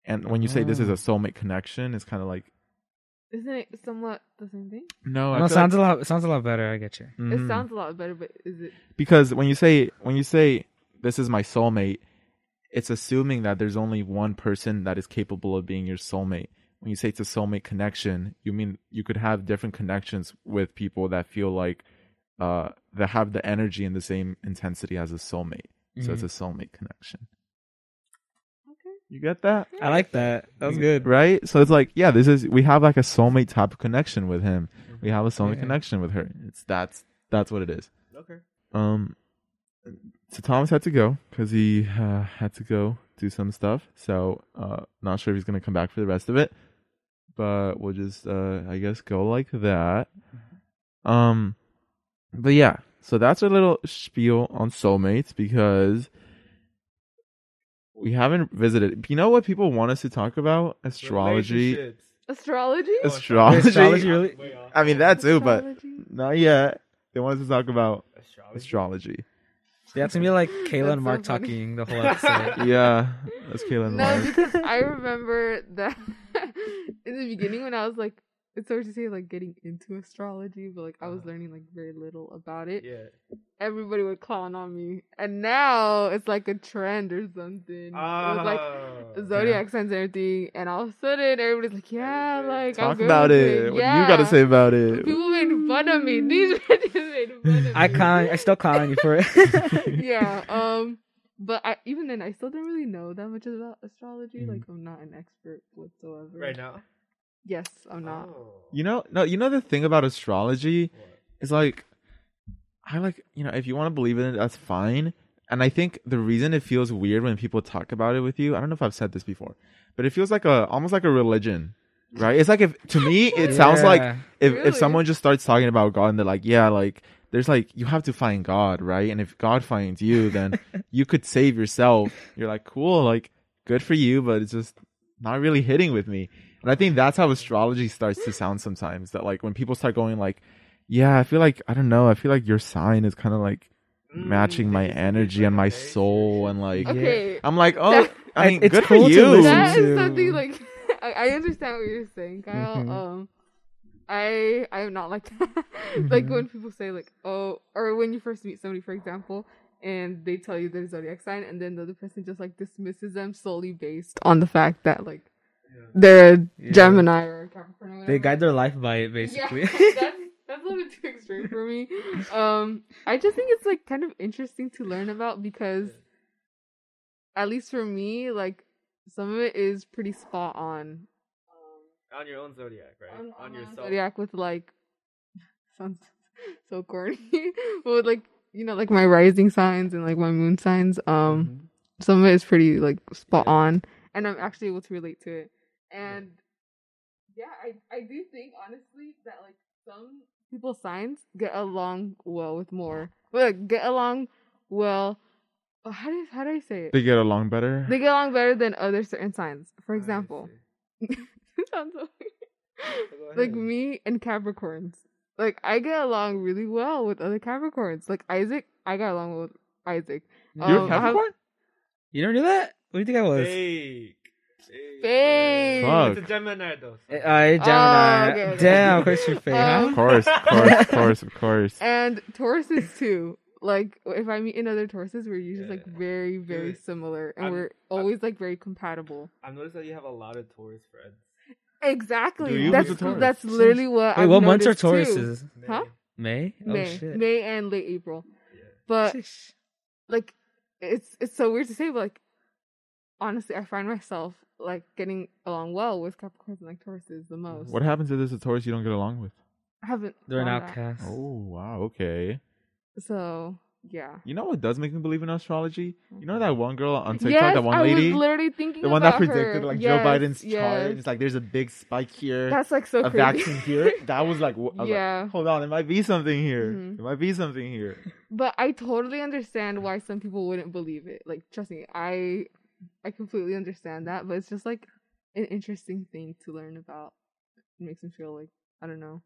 Speaker 2: And when you say this is a
Speaker 5: Ah.
Speaker 2: soulmate connection, it's kind of like
Speaker 3: Isn't it somewhat the same thing?
Speaker 2: no.
Speaker 5: No, sounds a lot. Sounds a lot better. I get you.
Speaker 2: Mm.
Speaker 3: It sounds a lot better, but is it?
Speaker 2: because when you say when you say this is my soulmate, it's assuming that there's only one person that is capable of being your soulmate. When you say it's a soulmate connection, you mean you could have different connections with people that feel like uh that have the energy and the same intensity as a soulmate. So
Speaker 5: Mm-hmm.
Speaker 2: it's a soulmate connection.
Speaker 3: Okay.
Speaker 2: You get that?
Speaker 5: I like that. That was good.
Speaker 2: Right? So it's like, yeah, this is we have like a soulmate type of connection with him. We have a soulmate
Speaker 5: Yeah.
Speaker 2: connection with her. It's that's that's what it is.
Speaker 4: Okay.
Speaker 2: Um, so Thomas had to go because he uh, had to go do some stuff. So uh, not sure if he's gonna come back for the rest of it, but we'll just uh, I guess go like that. Um, but yeah, so that's our little spiel on soulmates because we haven't visited. You know what people want us to talk about? Astrology.
Speaker 4: Relationships.
Speaker 3: Astrology?
Speaker 4: Oh,
Speaker 2: Astrology.
Speaker 5: Astrology, really?
Speaker 4: Way off.
Speaker 2: I mean that too, but
Speaker 3: Astrology.
Speaker 2: not yet. They want us to talk about
Speaker 4: Astrology.
Speaker 2: astrology.
Speaker 5: Yeah, it's gonna be like Kayla
Speaker 3: That's so
Speaker 5: and Mark
Speaker 3: funny.
Speaker 5: talking the whole episode.
Speaker 2: Yeah, that's Kaylin.
Speaker 3: No,
Speaker 2: Mars.
Speaker 3: because I remember that in the beginning when I was like, it's hard to say like getting into astrology, but like I was
Speaker 4: Uh-huh.
Speaker 3: learning like very little about it.
Speaker 4: Yeah.
Speaker 3: Everybody would clown on me, and now it's like a trend or something. it was like
Speaker 4: Ah.
Speaker 3: zodiac signs and everything, and all of a sudden everybody's like, yeah,
Speaker 4: Everybody.
Speaker 3: like I'm
Speaker 2: Talk
Speaker 3: good
Speaker 2: about
Speaker 3: with
Speaker 2: it. What do you got to
Speaker 3: Yeah.
Speaker 2: say about it?
Speaker 3: People made fun of me. These bitches made fun of me.
Speaker 5: I clown. I still clown on you for it.
Speaker 3: yeah. Um. But I, even then, I still didn't really know that much about
Speaker 5: Mm.
Speaker 3: astrology. Like, I'm not an expert whatsoever.
Speaker 4: Right now.
Speaker 3: Yes, I'm not.
Speaker 4: Oh.
Speaker 2: You know, no, you know the thing about astrology
Speaker 4: What?
Speaker 2: is like, I like, you know, if you want to believe in it, that's fine. And I think the reason it feels weird when people talk about it with you, I don't know if I've said this before, but it feels like a almost like a religion, right? It's like if to me it sounds like
Speaker 5: Yeah.
Speaker 2: if
Speaker 3: Really?
Speaker 2: if someone just starts talking about God and they're like, yeah, like there's like you have to find God, right? And if God finds you, then you could save yourself. You're like, cool, like good for you, but it's just not really hitting with me. And I think that's how astrology starts to sound sometimes. That like when people start going like, yeah, I feel like I don't know, I feel like your sign is kind of like
Speaker 4: Mm,
Speaker 2: matching my
Speaker 4: they just need
Speaker 2: energy and my
Speaker 4: validation.
Speaker 2: soul and like
Speaker 5: Yeah.
Speaker 3: Okay.
Speaker 2: I'm like, oh,
Speaker 3: That-
Speaker 2: I mean,
Speaker 5: It's
Speaker 2: good
Speaker 5: cool
Speaker 2: for
Speaker 5: to
Speaker 2: you.
Speaker 5: listen
Speaker 3: That is
Speaker 5: to-
Speaker 3: something like I, I understand what you're saying, Kyle.
Speaker 5: Mhm.
Speaker 3: Um, I I am not like that. like
Speaker 5: Mhm.
Speaker 3: when people say like, oh, or when you first meet somebody, for example, and they tell you their zodiac sign, and then the other person just like dismisses them solely based on the fact that like they're a
Speaker 5: Yeah.
Speaker 3: Gemini or a Capricorn. Or whatever.
Speaker 5: They guide their life by it, basically.
Speaker 3: Yeah, that's, that's a little bit too extreme for me. Um, I just think it's like kind of interesting to learn about because, at least for me, like some of it is pretty spot on.
Speaker 4: On your own zodiac, right?
Speaker 3: On, on my
Speaker 4: yourself.
Speaker 3: zodiac with like sounds so corny, but with like you know like my rising signs and like my moon signs. Um some of it is pretty like spot
Speaker 4: Yeah.
Speaker 3: on and i'm actually able to relate to it and yeah i i do think honestly that like some people's signs get along well with more well, like, get along well oh, how do how do i say it
Speaker 2: They get along better.
Speaker 3: they get along better than other certain signs for
Speaker 4: I
Speaker 3: example
Speaker 4: see.
Speaker 3: sounds so weird.
Speaker 4: Go
Speaker 3: like
Speaker 4: ahead.
Speaker 3: me and capricorns like i get along really well with other capricorns like isaac i got along well with isaac
Speaker 2: You're a
Speaker 3: Um, I have-
Speaker 2: Capricorn?
Speaker 5: You never knew that? What do you think I was?
Speaker 4: Fake. Fake.
Speaker 3: Fake.
Speaker 2: Fuck.
Speaker 4: It's a Gemini though. so-
Speaker 5: Uh, I Gemini.
Speaker 3: Oh, okay, okay.
Speaker 5: Damn, of course you're fake.
Speaker 3: Um,
Speaker 2: Of course, of course, of course, of course.
Speaker 3: and Tauruses too. Like if I meet another Tauruses, we're usually like
Speaker 4: Yeah.
Speaker 3: very, very
Speaker 4: Dude,
Speaker 3: similar, and
Speaker 4: I'm-
Speaker 3: we're always like very compatible.
Speaker 4: I've noticed that you have a lot of Taurus friends.
Speaker 3: Exactly.
Speaker 2: Dude, you
Speaker 3: that's
Speaker 2: was a Taurus.
Speaker 3: that's literally what.
Speaker 5: Wait,
Speaker 3: I've
Speaker 5: what months are
Speaker 3: noticed, too.
Speaker 5: Tauruses?
Speaker 4: Maybe.
Speaker 3: Huh?
Speaker 5: May?
Speaker 3: May,
Speaker 5: Oh, shit.
Speaker 3: May uh, and late April.
Speaker 4: Yeah.
Speaker 3: But
Speaker 5: Sheesh.
Speaker 3: like, it's it's so weird to say, but like, honestly, I find myself like getting along well with Capricorns and like Tauruses the most.
Speaker 2: What happens if there's a Taurus you don't get along with?
Speaker 3: I haven't.
Speaker 5: They're an
Speaker 3: found that.
Speaker 5: outcast.
Speaker 2: Oh wow, okay.
Speaker 3: So yeah.
Speaker 2: You know what does make me believe in astrology? You know that one girl on TikTok,
Speaker 3: yes,
Speaker 2: that one
Speaker 3: I
Speaker 2: lady,
Speaker 3: was literally thinking
Speaker 2: the one that
Speaker 3: about her.
Speaker 2: predicted like
Speaker 3: Yes,
Speaker 2: Joe Biden's
Speaker 3: yes.
Speaker 2: chart. And it's like there's a big spike here,
Speaker 3: That's like so
Speaker 2: a
Speaker 3: crazy.
Speaker 2: vaccine here. That was like, wh- I was like,
Speaker 3: Yeah.
Speaker 2: hold on, it might be something here.
Speaker 3: Mhm.
Speaker 2: It might be something here.
Speaker 3: But I totally understand why some people wouldn't believe it. Like, trust me, I I completely understand that. But it's just like an interesting thing to learn about. It makes me feel like I don't know,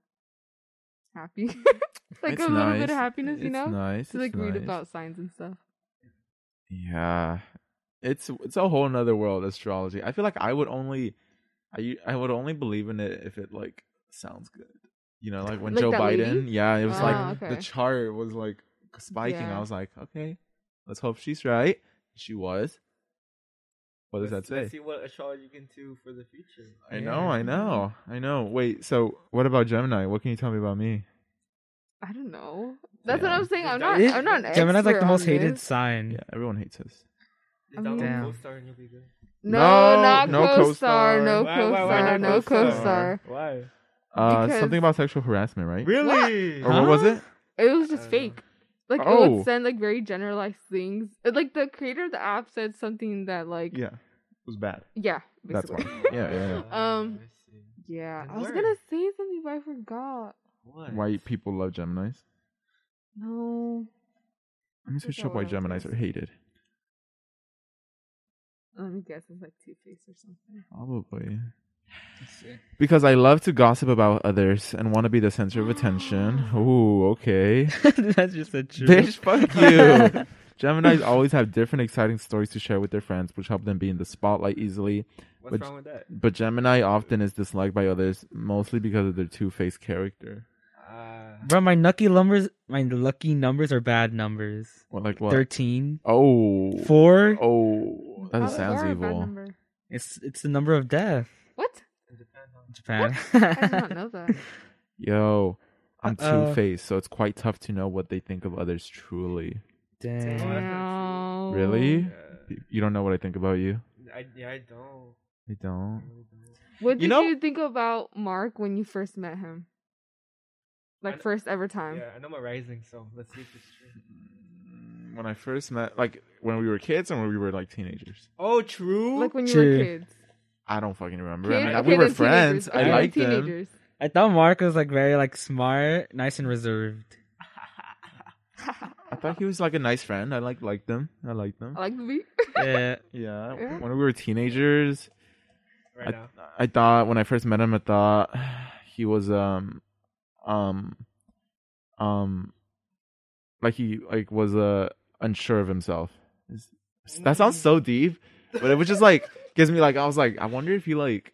Speaker 3: happy, like
Speaker 2: It's
Speaker 3: a little bit
Speaker 2: nice.
Speaker 3: of happiness, you
Speaker 2: It's
Speaker 3: know,
Speaker 2: nice.
Speaker 3: to like
Speaker 2: it's
Speaker 3: read
Speaker 2: nice.
Speaker 3: about signs and stuff.
Speaker 2: Yeah, it's it's a whole nother world astrology. I feel like I would only, I I would only believe in it if it like sounds good. You know, like when
Speaker 3: Like
Speaker 2: Joe
Speaker 3: that
Speaker 2: Biden,
Speaker 3: lady?
Speaker 2: yeah, it was
Speaker 3: Ah,
Speaker 2: like the
Speaker 3: okay.
Speaker 2: chart was like spiking.
Speaker 3: Yeah.
Speaker 2: I was like, okay, let's hope she's right. She was. What does
Speaker 4: Let's-
Speaker 2: that
Speaker 4: Let's
Speaker 2: say?
Speaker 4: see what astrology can do for the future.
Speaker 3: Mm-hmm.
Speaker 2: I know, I know, I know. Wait, so what about Gemini? What can you tell me about me?
Speaker 3: I don't know. That's what
Speaker 2: Yeah.
Speaker 3: I'm saying. I'm
Speaker 4: Don't-
Speaker 3: not.
Speaker 4: It-
Speaker 3: I'm not an expert.
Speaker 5: Gemini's like the most
Speaker 3: on
Speaker 5: hated
Speaker 3: this.
Speaker 5: sign.
Speaker 2: Yeah, everyone hates us.
Speaker 4: Just
Speaker 3: I mean-
Speaker 5: Damn.
Speaker 4: download CoStar and you'll be good.
Speaker 3: No,
Speaker 2: No,
Speaker 3: not
Speaker 2: no
Speaker 3: co-star.
Speaker 2: co-star.
Speaker 3: No
Speaker 4: Why- why-
Speaker 3: co-star.
Speaker 4: why not
Speaker 3: no
Speaker 4: co-star?
Speaker 3: co-star.
Speaker 4: Why?
Speaker 2: Uh,
Speaker 3: Because-
Speaker 2: something about sexual harassment, right?
Speaker 4: Really?
Speaker 2: Or what was
Speaker 5: Huh?
Speaker 2: it?
Speaker 3: It was
Speaker 4: I
Speaker 3: just
Speaker 4: don't
Speaker 3: fake. Like it
Speaker 2: Oh.
Speaker 3: would send like very generalized things. Uh, Like the creator of the app said something that like yeah,
Speaker 2: Yeah, it was bad. That's
Speaker 3: basically.
Speaker 2: why. Yeah, yeah,
Speaker 3: Um,
Speaker 4: I see.
Speaker 3: yeah,
Speaker 4: Good
Speaker 3: I was
Speaker 4: word.
Speaker 3: gonna say something but I forgot.
Speaker 4: What?
Speaker 2: White people love Gemini's.
Speaker 3: No,
Speaker 2: Let me
Speaker 3: That's
Speaker 2: switch
Speaker 3: not
Speaker 2: up why
Speaker 3: what I was gonna
Speaker 2: Gemini's are hated.
Speaker 3: let me guess. It's like Two Face or something.
Speaker 2: Probably. Because I love to gossip about others and want to be the center of attention. Ooh, okay.
Speaker 5: That's just a joke.
Speaker 2: Bitch, fuck you. Geminis always have different exciting stories to share with their friends, which help them be in the spotlight easily.
Speaker 4: What's
Speaker 2: But-
Speaker 4: wrong with that?
Speaker 2: But Gemini often is disliked by others, mostly because of their two-faced character.
Speaker 4: Uh,
Speaker 5: Bro, my lucky numbers, my lucky numbers are bad numbers.
Speaker 2: What, like what?
Speaker 5: 13,
Speaker 2: Oh,
Speaker 5: 4,
Speaker 2: oh, that
Speaker 3: How-
Speaker 2: sounds
Speaker 3: or a bad
Speaker 2: evil.
Speaker 3: number.
Speaker 5: it's it's the number of death
Speaker 3: What?
Speaker 4: it depends on-
Speaker 5: in Japan.
Speaker 3: I did not know that.
Speaker 2: Yo, I'm
Speaker 5: Uh-oh.
Speaker 2: two-faced, so it's quite tough to know what they think of others truly.
Speaker 5: Damn.
Speaker 3: Damn.
Speaker 2: Really?
Speaker 4: Yeah.
Speaker 2: Y- You don't know what I think about you.
Speaker 4: I, yeah, I don't.
Speaker 2: I
Speaker 4: I
Speaker 2: don't.
Speaker 4: really don't.
Speaker 3: What
Speaker 2: You
Speaker 3: did
Speaker 2: know-
Speaker 3: you think about Mark when you first met him? Like
Speaker 4: kn-
Speaker 3: first ever time.
Speaker 4: Yeah, I know my rising, so let's see if it's true.
Speaker 2: Mm, When I first met, like when we were kids and when we were like teenagers,
Speaker 4: Oh, true.
Speaker 3: Like when you
Speaker 5: True.
Speaker 3: were kids.
Speaker 2: I don't fucking remember.
Speaker 3: Kid-
Speaker 2: I mean,
Speaker 3: okay,
Speaker 2: we were
Speaker 3: then
Speaker 2: friends.
Speaker 3: teenagers.
Speaker 2: I
Speaker 3: Okay, then
Speaker 2: liked them.
Speaker 3: teenagers.
Speaker 5: I thought Mark was like very like smart, nice and reserved.
Speaker 2: I thought he was like a nice friend. I like liked them. I liked them.
Speaker 3: I like the beat.
Speaker 5: Yeah.
Speaker 2: yeah.
Speaker 3: Oh. Yeah.
Speaker 2: When we were teenagers,
Speaker 4: right
Speaker 2: I,
Speaker 4: now.
Speaker 2: I thought when I first met him, I thought he was um, um, um, like he like was uh unsure of himself. Is- That sounds so deep, but it was just like gives me like I was like I wonder if he like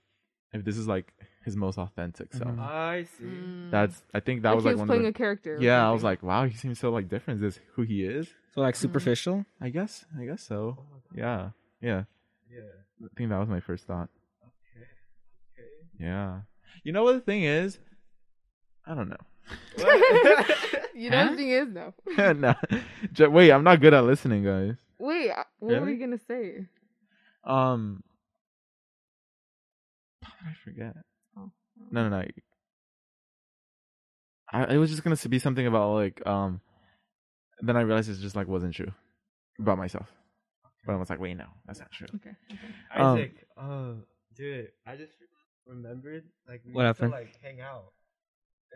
Speaker 2: if this is like his most authentic self.
Speaker 5: Mhm.
Speaker 4: I see.
Speaker 3: Mm.
Speaker 2: That's I think that was
Speaker 3: he
Speaker 2: like
Speaker 3: was
Speaker 2: one of
Speaker 3: playing
Speaker 2: the,
Speaker 3: a character. or
Speaker 2: yeah. I was
Speaker 3: something.
Speaker 2: like wow, he seems so like different. Is this who he is?
Speaker 5: So
Speaker 3: Mm.
Speaker 5: like superficial.
Speaker 2: I guess I guess so.
Speaker 4: Oh my god.
Speaker 2: Yeah, yeah.
Speaker 4: Yeah.
Speaker 2: I think that was my first thought.
Speaker 4: Okay.
Speaker 2: Yeah. You know what the thing is? I don't know.
Speaker 4: What?
Speaker 3: you know
Speaker 5: Huh?
Speaker 3: the thing is though.
Speaker 2: no. J- wait, I'm not good at listening, guys.
Speaker 3: Wait, I- what were
Speaker 2: Really?
Speaker 3: you gonna say?
Speaker 2: Um, I forget.
Speaker 3: Oh.
Speaker 2: No, no, no. I it was just gonna be something about like um. Then I realized it's just like wasn't true about myself, but I was like, wait, no, that's not true.
Speaker 3: Okay.
Speaker 2: Um,
Speaker 4: Isaac, um, dude, I just remembered like we
Speaker 5: What
Speaker 4: used
Speaker 5: happened?
Speaker 4: to like hang out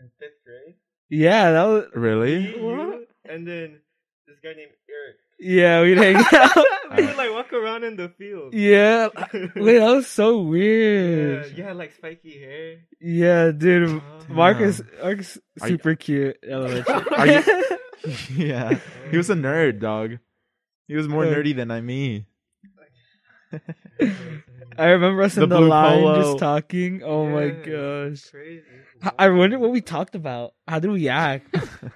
Speaker 4: in fifth grade.
Speaker 5: Yeah, that was
Speaker 2: Really?
Speaker 4: Me, you, and then this guy named Eric.
Speaker 5: yeah, we'd hang out.
Speaker 4: We would like walk around in the field.
Speaker 5: Yeah. Wait, that was so
Speaker 4: yeah,
Speaker 5: weird.
Speaker 4: you had like spiky hair.
Speaker 5: Yeah, dude.
Speaker 4: Uh,
Speaker 5: Marcus Marcus
Speaker 2: Are you-
Speaker 5: super cute. Elementary.
Speaker 2: Are you- yeah, he was a nerd, dog. He was more
Speaker 5: Yeah.
Speaker 2: nerdy than I me.
Speaker 5: I remember us
Speaker 2: The
Speaker 5: in the
Speaker 2: blue
Speaker 5: line
Speaker 2: polo.
Speaker 5: just talking. Oh my
Speaker 4: Yeah, it's
Speaker 5: gosh.
Speaker 4: Crazy.
Speaker 5: I wonder what we talked about. How did we act?
Speaker 3: This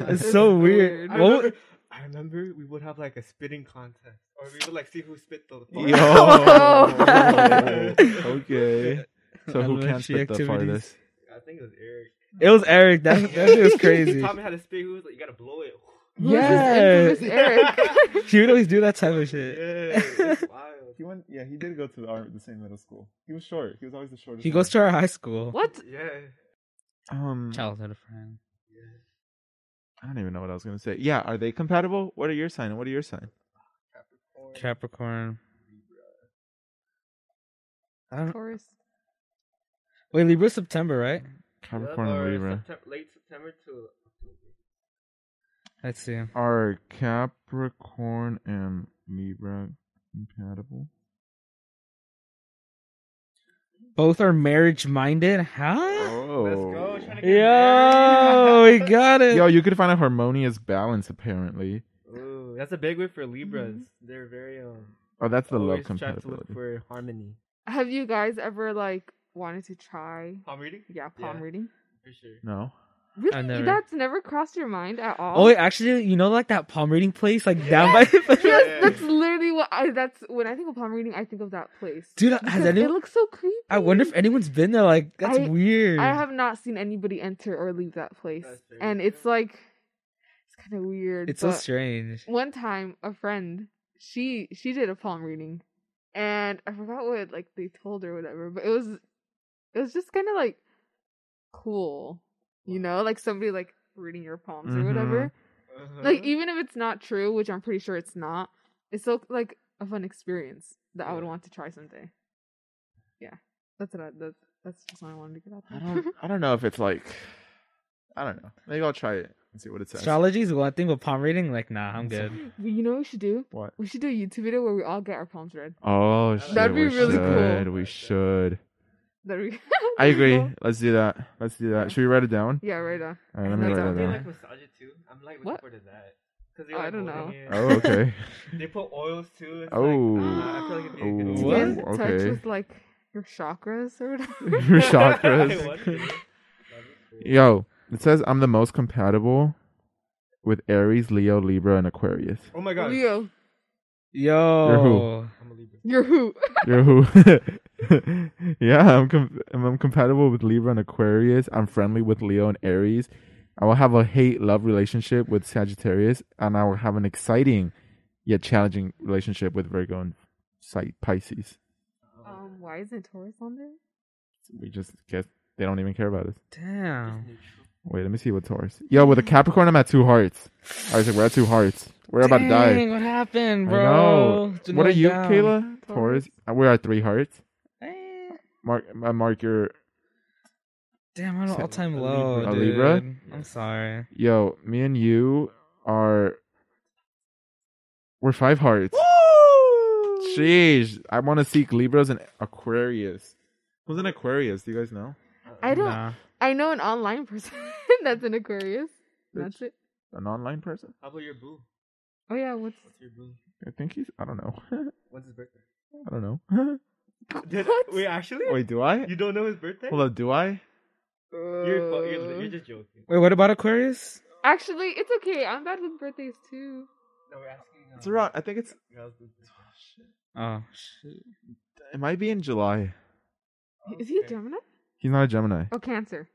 Speaker 5: It's
Speaker 3: is
Speaker 5: so weird.
Speaker 4: I
Speaker 5: What
Speaker 4: remember,
Speaker 5: would-
Speaker 4: I remember we would have like a spitting contest, or we would like see who spit the
Speaker 2: Yo.
Speaker 5: Oh, Whoa.
Speaker 2: okay. So who can
Speaker 5: Elementary
Speaker 2: spit the
Speaker 5: activities.
Speaker 2: farthest?
Speaker 4: I think it was Eric.
Speaker 5: It was Eric. That that shit was crazy.
Speaker 4: Tommy had to spit. Who was like, you gotta blow it.
Speaker 3: Who is
Speaker 5: Yeah.
Speaker 3: this infamous Eric?
Speaker 5: She would always do that type of shit.
Speaker 4: Yeah, it's wild.
Speaker 2: He went. Yeah, he did go to the, our, the same middle school. He was short. He was always the shortest.
Speaker 5: He goes to our high school.
Speaker 3: what?
Speaker 4: Yeah.
Speaker 2: Um,
Speaker 5: Childhood friend.
Speaker 2: I don't even know what I was gonna say. Yeah, are they compatible? What are your sign? and What are your sign?
Speaker 4: Capricorn.
Speaker 5: Capricorn. I don't,
Speaker 3: Taurus.
Speaker 5: wait, Libra's September, right?
Speaker 2: Capricorn
Speaker 4: Yep,
Speaker 2: and
Speaker 4: or
Speaker 2: Libra.
Speaker 4: Septem- late September to October.
Speaker 5: Let's see.
Speaker 2: Are Capricorn and Libra compatible?
Speaker 5: Both are marriage minded. Huh?
Speaker 2: Oh,
Speaker 4: Let's go. trying to get
Speaker 5: Yo, we
Speaker 4: married.
Speaker 5: got it.
Speaker 2: Yo, you could find a harmonious balance apparently.
Speaker 4: Ooh, that's a big word for Libras.
Speaker 3: Mm-hmm.
Speaker 4: They're very um.
Speaker 2: Oh, that's the love
Speaker 4: always try to look
Speaker 2: compatibility.
Speaker 4: for harmony.
Speaker 3: Have you guys ever like wanted to try
Speaker 4: Palm reading
Speaker 3: yeah, palm
Speaker 4: Yeah.
Speaker 3: reading?
Speaker 4: for sure.
Speaker 2: No.
Speaker 3: Really?
Speaker 5: never-
Speaker 3: That's never crossed your mind at all?
Speaker 5: Oh, wait, actually, you know, like that palm reading place, like down by.
Speaker 3: Yes, that's literally what I. That's when I think of palm reading, I think of that place.
Speaker 5: Dude, has
Speaker 3: Because
Speaker 5: anyone-
Speaker 3: It looks so creepy.
Speaker 5: I wonder if anyone's been there. Like that's
Speaker 3: I-
Speaker 5: weird.
Speaker 3: I have not seen anybody enter or leave that place,
Speaker 4: That's very
Speaker 3: and it's like it's kind of weird.
Speaker 5: It's so
Speaker 3: but
Speaker 5: strange.
Speaker 3: One time, a friend she she did a palm reading, and I forgot what like they told her, or whatever. But it was it was just kind of like cool, you know, like somebody like reading your palms
Speaker 2: Mm-hmm,
Speaker 3: or whatever
Speaker 4: Uh-huh.
Speaker 3: like e- even if it's not true, which I'm pretty sure it's not, it's still like a fun experience that I would
Speaker 4: Yeah.
Speaker 3: want to try someday. Yeah, that's what I, that, that's just what I wanted to get out
Speaker 2: I
Speaker 3: there.
Speaker 2: don't. I don't know if it's like. I don't know. Maybe I'll try it and see what it says.
Speaker 5: Astrology is one thing, but palm reading, like nah, I'm good.
Speaker 3: But you know what we should do?
Speaker 2: What?
Speaker 3: We should do a YouTube video where we all get our palms read.
Speaker 2: Oh,
Speaker 4: That'd
Speaker 2: shit,
Speaker 3: be
Speaker 2: we
Speaker 3: really cool.
Speaker 2: should, We should.
Speaker 3: That we.
Speaker 2: I agree.
Speaker 3: Cool.
Speaker 2: Let's do that. Let's do
Speaker 3: Yeah.
Speaker 2: that. Should we write it down?
Speaker 3: Yeah, right on.
Speaker 2: All right, let me
Speaker 3: Write it
Speaker 2: write
Speaker 3: down.
Speaker 2: it
Speaker 4: They
Speaker 2: down.
Speaker 4: like massage it too. I'm like looking
Speaker 3: What?
Speaker 4: forward to that. 'Cause they,
Speaker 3: Oh, I
Speaker 4: like,
Speaker 3: don't
Speaker 4: holding
Speaker 3: know.
Speaker 4: it.
Speaker 2: Oh, okay.
Speaker 4: they put oils too. It's
Speaker 2: Oh.
Speaker 4: Like, uh, I feel like it'd be a good
Speaker 2: Ooh.
Speaker 3: To
Speaker 5: What?
Speaker 3: get in
Speaker 2: Ooh,
Speaker 3: touch
Speaker 2: okay.
Speaker 3: with like your chakras or
Speaker 4: Oh
Speaker 3: whatever.
Speaker 2: Your
Speaker 4: I
Speaker 2: chakras.
Speaker 4: want to. That'd be cool.
Speaker 2: Yo, it says I'm the most compatible with Aries, Leo, Libra, and Aquarius.
Speaker 4: Oh my god.
Speaker 3: Leo,
Speaker 5: Yo,
Speaker 4: I'm a Libra.
Speaker 3: you're who?
Speaker 2: You're who? yeah, I'm, com- I'm I'm compatible with Libra and Aquarius. I'm friendly with Leo and Aries. I will have a hate love relationship with Sagittarius, and I will have an exciting yet challenging relationship with Virgo and Pi- Pisces.
Speaker 3: um, why isn't Taurus on there?
Speaker 2: We just guess they don't even care about us.
Speaker 5: damn.
Speaker 2: Wait, let me see what Taurus. Yo, with a Capricorn, I'm at two hearts. All right, so we're at two hearts. We're about to die.
Speaker 5: Dang, What happened,
Speaker 2: I
Speaker 5: bro?
Speaker 2: know.
Speaker 5: It's been
Speaker 2: What are
Speaker 5: going
Speaker 2: you,
Speaker 5: down.
Speaker 2: Kayla?
Speaker 3: Taurus.
Speaker 2: Taurus. Uh, We're at three hearts.
Speaker 5: Eh,
Speaker 2: Mark, uh, mark your
Speaker 5: Damn, I'm at
Speaker 2: So,
Speaker 5: all
Speaker 2: a
Speaker 5: time low,
Speaker 2: Libra. A
Speaker 5: dude.
Speaker 2: Libra?
Speaker 5: I'm sorry.
Speaker 2: Yo, me and you are we're five hearts. Jeez, I want to seek Libras and Aquarius. Who's an Aquarius? Do you guys know?
Speaker 4: Uh-uh.
Speaker 3: I don't.
Speaker 5: Nah.
Speaker 3: I know an online person that's an Aquarius. That's it.
Speaker 2: An online person?
Speaker 4: How about your boo?
Speaker 3: Oh yeah, what's
Speaker 4: What's your boo?
Speaker 2: I think he's. I don't know.
Speaker 4: When's his birthday?
Speaker 2: I don't know.
Speaker 4: Did,
Speaker 3: What?
Speaker 4: Wait, actually?
Speaker 2: Wait, do I?
Speaker 4: You don't know his birthday?
Speaker 2: Hold up, do I?
Speaker 4: You're, fu-
Speaker 3: Uh,
Speaker 4: you're, you're just joking.
Speaker 5: Wait, what about Aquarius?
Speaker 3: Actually, it's okay. I'm bad with birthdays too.
Speaker 4: No, we're asking. Uh,
Speaker 2: It's around. I think it's.
Speaker 4: girls' birthday.
Speaker 5: Oh,
Speaker 2: It might be in July.
Speaker 3: Is he a
Speaker 4: Oh, Okay.
Speaker 3: Gemini?
Speaker 2: He's not a Gemini.
Speaker 3: Oh, Cancer.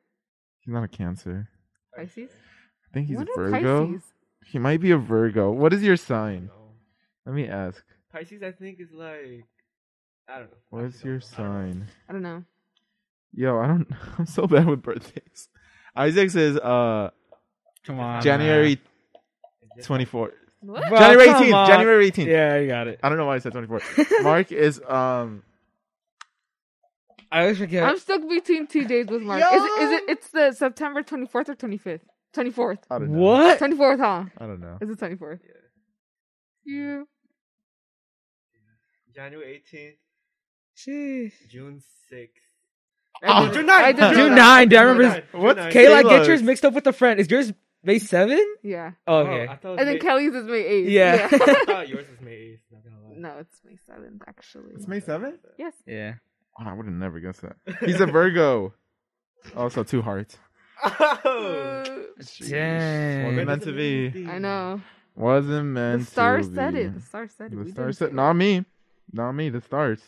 Speaker 2: He's not a Cancer.
Speaker 3: Pisces?
Speaker 2: I think he's
Speaker 3: What are
Speaker 2: Virgo.
Speaker 3: Pisces?
Speaker 2: He might be a Virgo. What is your sign?
Speaker 4: No.
Speaker 2: Let me ask.
Speaker 4: Pisces, I think, is like. I don't know.
Speaker 2: What's
Speaker 4: Actually,
Speaker 2: your
Speaker 4: I don't know. I don't know.
Speaker 2: sign?
Speaker 3: I don't know.
Speaker 2: Yo, I don't. I'm so bad with birthdays. Isaac's is uh
Speaker 5: come
Speaker 2: Ah,
Speaker 5: on.
Speaker 2: January
Speaker 4: It's just-
Speaker 2: 24th.
Speaker 3: What?
Speaker 5: Bro,
Speaker 2: January
Speaker 5: come
Speaker 2: 18th.
Speaker 5: on.
Speaker 2: January 18th.
Speaker 5: Yeah, you got it.
Speaker 2: I don't know why I said 24th. Mark is um.
Speaker 5: I always forget.
Speaker 3: I'm stuck between two days with Mark. Is it, is it? It's the September 24th or 25th? 24th.
Speaker 2: I don't know.
Speaker 5: what?
Speaker 3: 24th, huh?
Speaker 2: I don't know.
Speaker 3: Is it 24th?
Speaker 4: Yeah.
Speaker 3: Yeah.
Speaker 4: January 18th,
Speaker 5: Jeez.
Speaker 4: June 6th.
Speaker 2: Oh,
Speaker 3: I did-
Speaker 2: June
Speaker 3: I
Speaker 4: ninth.
Speaker 3: did know
Speaker 5: June
Speaker 3: that.
Speaker 5: 9, do I
Speaker 3: know
Speaker 5: remember
Speaker 3: that.
Speaker 5: his-
Speaker 2: What's
Speaker 4: June ninth.
Speaker 5: Kayla,
Speaker 2: Kayla's.
Speaker 5: get yours mixed up with a friend. Is yours May 7?
Speaker 3: Yeah.
Speaker 5: Oh,
Speaker 4: Oh,
Speaker 5: okay.
Speaker 4: I thought it was
Speaker 3: And then
Speaker 4: May-
Speaker 3: Kelly's is May 8th.
Speaker 5: Yeah.
Speaker 4: I thought yours was May 8th. Not gonna lie.
Speaker 3: no, it's May 7th, actually.
Speaker 2: It's May 7th.
Speaker 3: Yes.
Speaker 5: yeah.
Speaker 2: Oh, I would have never guessed that. He's a Virgo. Also, two hearts.
Speaker 4: Oh!
Speaker 5: Dang.
Speaker 2: Wasn't meant to be.
Speaker 3: I know.
Speaker 2: Wasn't meant
Speaker 3: The star
Speaker 2: to
Speaker 3: said
Speaker 2: be.
Speaker 3: it. The star said it.
Speaker 2: The
Speaker 3: We
Speaker 2: star
Speaker 3: didn't
Speaker 2: said,
Speaker 3: say it.
Speaker 2: not me, not me. The stars.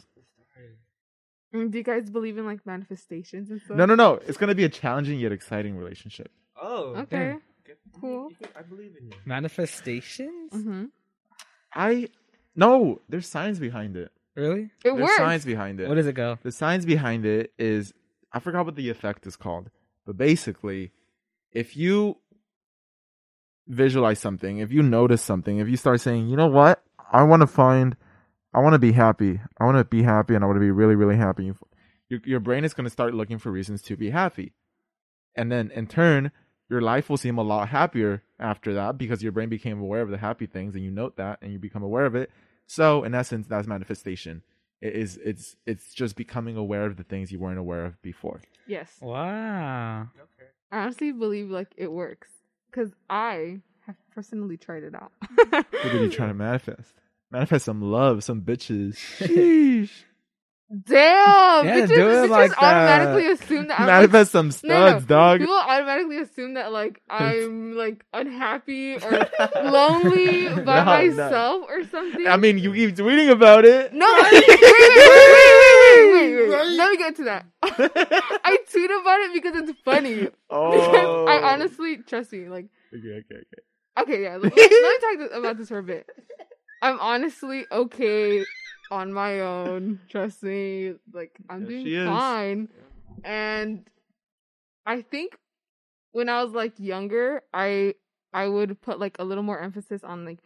Speaker 3: Mm, Do you guys believe in like manifestations and stuff?
Speaker 2: No, no, no. It's gonna be a challenging yet exciting relationship.
Speaker 4: Oh.
Speaker 3: Okay.
Speaker 4: okay.
Speaker 3: Cool.
Speaker 4: I believe in you.
Speaker 5: Manifestations?
Speaker 3: Mm-hmm.
Speaker 2: I no. There's science behind it.
Speaker 5: Really?
Speaker 3: It
Speaker 2: There's
Speaker 3: works.
Speaker 2: science behind it.
Speaker 5: What does it go?
Speaker 2: the science behind it is I forgot what the effect is called, but basically, if you visualize something, if you notice something, if you start saying, you know what, I want to find, I want to be happy, I want to be happy, and I want to be really, really happy, you- your your brain is going to start looking for reasons to be happy, and then in turn, your life will seem a lot happier after that because your brain became aware of the happy things, and you note that, and you become aware of it. So, in essence, that's manifestation it is it's it's just becoming aware of the things you weren't aware of before.
Speaker 3: Yes.
Speaker 5: Wow.
Speaker 4: Okay.
Speaker 3: I honestly believe like it works because I have personally tried it out.
Speaker 2: What did you try to manifest? Manifest some love, some bitches. Sheesh.
Speaker 3: Damn,
Speaker 5: Yeah,
Speaker 3: bitches,
Speaker 5: do it
Speaker 3: bitches
Speaker 5: like uh, that.
Speaker 3: automatically assume that I'm like,
Speaker 2: Manifest some
Speaker 3: No, no,
Speaker 2: studs, dog.
Speaker 3: People automatically assume that like I'm like unhappy or lonely by
Speaker 2: No, no.
Speaker 3: myself or something.
Speaker 2: I mean, you keep tweeting about it.
Speaker 3: no. I- wait, wait, wait, wait, wait, wait, wait, wait. Let me get to that. I tweet about it because it's funny.
Speaker 2: oh,
Speaker 3: I honestly trust me. Like,
Speaker 2: Okay, okay, okay.
Speaker 3: okay, yeah. Let, let me talk th- about this for a bit. I'm honestly okay on my own. Trust me. Like, I'm
Speaker 2: Yes, she
Speaker 3: doing
Speaker 2: is.
Speaker 3: fine. And I think when I was like younger, I I would put like a little more emphasis on like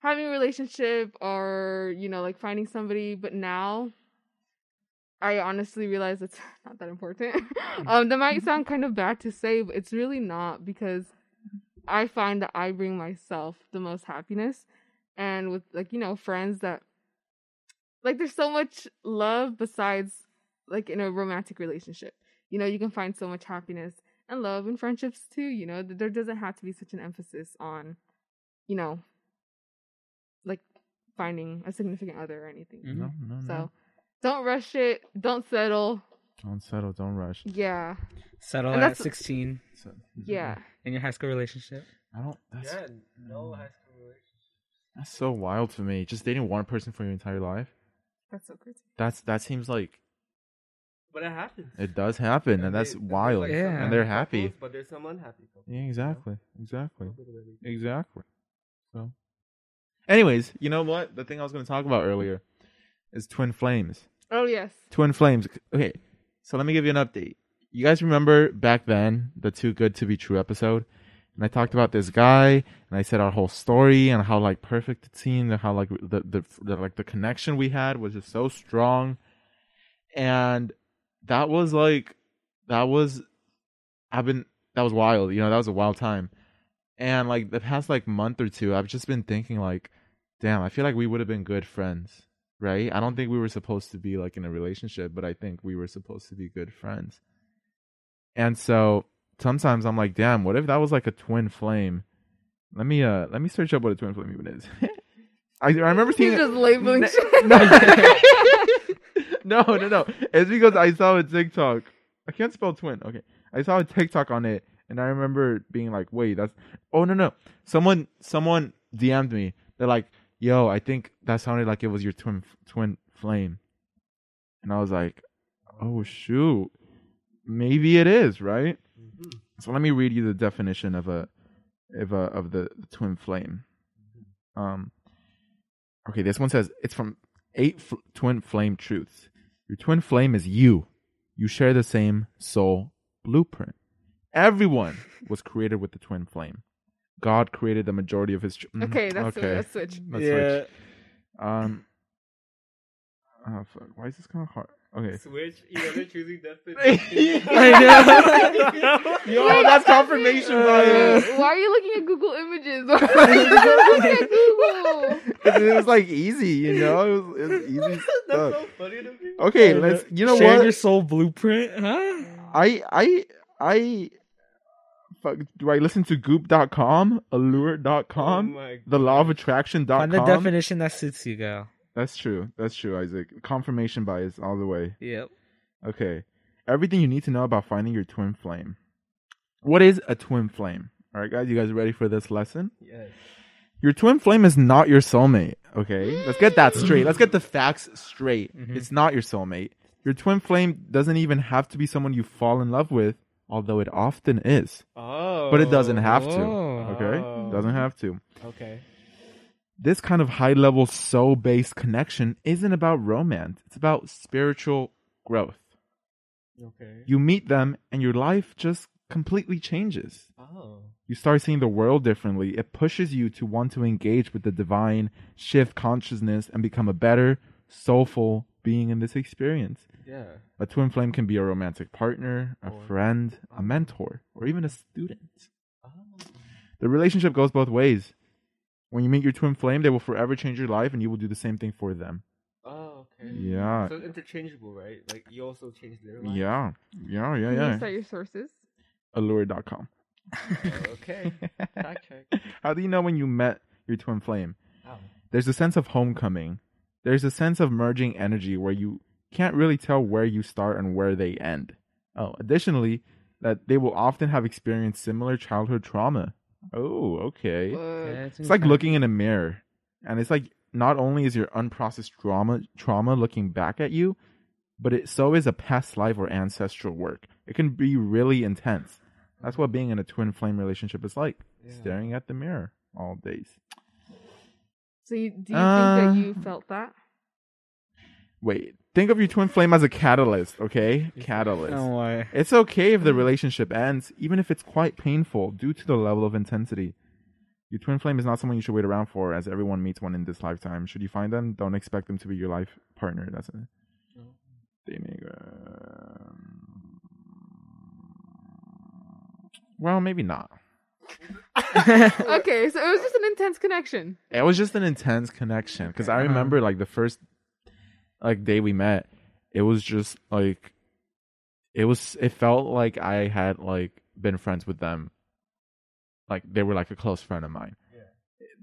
Speaker 3: having a relationship or you know like finding somebody. But now, I honestly realize it's not that important.
Speaker 2: Mm.
Speaker 3: um, that might sound kind of bad to say, but it's really not because I find that I bring myself the most happiness, and with like you know friends that like there's so much love besides like in a romantic relationship you know you can find so much happiness and love and friendships too you know th- there doesn't have to be such an emphasis on you know like finding a significant other or anything
Speaker 5: Mhm.
Speaker 2: No, no, no.
Speaker 3: Mm-hmm. so don't rush it don't settle
Speaker 2: Don't settle. Don't rush.
Speaker 3: yeah
Speaker 5: Settle
Speaker 3: And
Speaker 5: at
Speaker 3: that's-
Speaker 5: 16
Speaker 2: So-
Speaker 3: yeah
Speaker 5: in your high school relationship.
Speaker 2: I don't. That's,
Speaker 4: Yeah, no high school relationship.
Speaker 2: that's so wild to me. Just dating one person for your entire life.
Speaker 3: that's so crazy
Speaker 2: That's that seems like
Speaker 4: But it happens.
Speaker 2: it does happen, and
Speaker 4: they-
Speaker 2: that's
Speaker 4: there's, like,
Speaker 2: wild.
Speaker 4: some
Speaker 5: Yeah.
Speaker 2: And they're
Speaker 4: couples,
Speaker 2: happy.
Speaker 4: But there's some unhappy couples.
Speaker 2: Yeah, exactly, exactly,
Speaker 4: Literally.
Speaker 2: exactly. So, anyways, you know what? The thing I was going to talk about earlier is twin flames.
Speaker 3: oh yes
Speaker 2: Twin Flames. Okay, so let me give you an update. You guys remember back then the Too Good to Be True episode? And I talked about this guy, and I said our whole story and how like perfect it seemed, and how like the the, the like the connection we had was just so strong. And that was like that was I've been that was wild. You know, that was a wild time. And like the past like month or two, I've just been thinking like, damn, I feel like we would have been good friends right? I don't think we were supposed to be like in a relationship, but I think we were supposed to be good friends. And so sometimes I'm like, damn, what if that was like a twin flame? Let me uh let me search up what a twin flame even is. I, I remember
Speaker 3: he's
Speaker 2: seeing
Speaker 3: just labeling
Speaker 2: No,
Speaker 3: shit.
Speaker 2: no, no, no. It's because I saw a TikTok. I can't spell twin. Okay. I saw a TikTok on it and I remember being like, wait, that's oh no no. Someone someone DM'd me. They're like, yo, I think that sounded like it was your twin twin flame. And I was like, oh shoot. Maybe it is, right?
Speaker 3: Mm-hmm.
Speaker 4: Mhm.
Speaker 2: So let me read you the definition of a of a of the twin flame.
Speaker 3: Mm-hmm.
Speaker 2: Um Okay, this one says it's from eight fl- twin flame truths. Your twin flame is you. You share the same soul blueprint. Everyone was created with the twin flame. God created the majority of his tr- Mhm,
Speaker 3: okay that's okay. a switch
Speaker 2: Let's switch. Um Oh fuck, why is this kind of hard? Okay.
Speaker 4: Switch, you know, they're choosing definition.
Speaker 2: I know. Yo,
Speaker 3: Wait,
Speaker 2: that's
Speaker 3: stop it.
Speaker 2: confirmation,
Speaker 3: Wait,
Speaker 2: brother.
Speaker 3: why are you looking at Google Images? Why are you looking at Google?
Speaker 2: it, was like easy, you know. It was, it was easy
Speaker 4: That's
Speaker 2: stuff.
Speaker 4: so funny to me. Oh
Speaker 2: Okay, let's. You know
Speaker 5: Share
Speaker 2: what?
Speaker 5: your soul blueprint, huh?
Speaker 2: I I I. Fuck, do I listen to Goop.com, Allure.com,
Speaker 4: Oh my
Speaker 2: The Law of Attraction.com?
Speaker 5: Find the definition that suits you, girl.
Speaker 2: That's true. That's true, Isaac. Confirmation bias all the way.
Speaker 5: Yep.
Speaker 2: Okay. Everything you need to know about finding your twin flame. What is a twin flame? All right, guys, you guys ready for this lesson?
Speaker 4: Yes.
Speaker 2: Your twin flame is not your soulmate. Okay, let's get that straight. Let's get the facts straight.
Speaker 5: Mhm.
Speaker 2: It's not your soulmate. Your twin flame doesn't even have to be someone you fall in love with, although it often is.
Speaker 4: Oh.
Speaker 2: But it doesn't have
Speaker 5: Oh.
Speaker 2: to. Okay,
Speaker 4: Oh.
Speaker 2: doesn't have to.
Speaker 4: Okay.
Speaker 2: This kind of high level soul based connection isn't about romance. It's about spiritual growth.
Speaker 4: Okay.
Speaker 2: You meet them, and your life just completely changes.
Speaker 4: Oh.
Speaker 2: You start seeing the world differently. It pushes you to want to engage with the divine, shift consciousness, and become a better, soulful being in this experience.
Speaker 4: Yeah.
Speaker 2: A twin flame can be a romantic partner, a
Speaker 4: Or-
Speaker 2: friend, a mentor, or even a student.
Speaker 4: Oh.
Speaker 2: The relationship goes both ways. When you meet your twin flame, they will forever change your life, and you will do the same thing for them.
Speaker 4: Oh. Okay.
Speaker 2: Yeah.
Speaker 4: So it's interchangeable, right? Like you also change their life.
Speaker 2: Yeah. Yeah. Yeah.
Speaker 3: Can you
Speaker 2: Yeah.
Speaker 3: cite your sources?
Speaker 2: Allure.com.
Speaker 4: Oh, okay. Fact check.
Speaker 2: How do you know when you met your twin flame?
Speaker 4: Oh.
Speaker 2: there's a sense of homecoming. There's a sense of merging energy where you can't really tell where you start and where they end. Oh, additionally, that they will often have experienced similar childhood trauma. Oh, okay.
Speaker 3: Fuck.
Speaker 2: It's like looking in a mirror, and it's like not only is your unprocessed trauma trauma looking back at you, but it so is a past life or ancestral work. It can be really intense. That's what being in a twin flame relationship is like.
Speaker 4: Yeah.
Speaker 2: Staring at the mirror all days.
Speaker 3: So you, do you
Speaker 2: Uh,
Speaker 3: think that you felt that?
Speaker 2: Wait, think of your twin flame as a catalyst, okay? Catalyst.
Speaker 5: No way.
Speaker 2: It's okay if the relationship ends, even if it's quite painful due to the level of intensity. Your twin flame is not someone you should wait around for, as everyone meets one in this lifetime. Should you find them, don't expect them to be your life partner. That's it. They may, uh, Well, maybe not.
Speaker 3: Okay, so it was just an intense connection.
Speaker 2: It was just an intense connection because I remember like the first like day we met, it was just like it was it felt like I had like been friends with them. Like they were like a close friend of mine.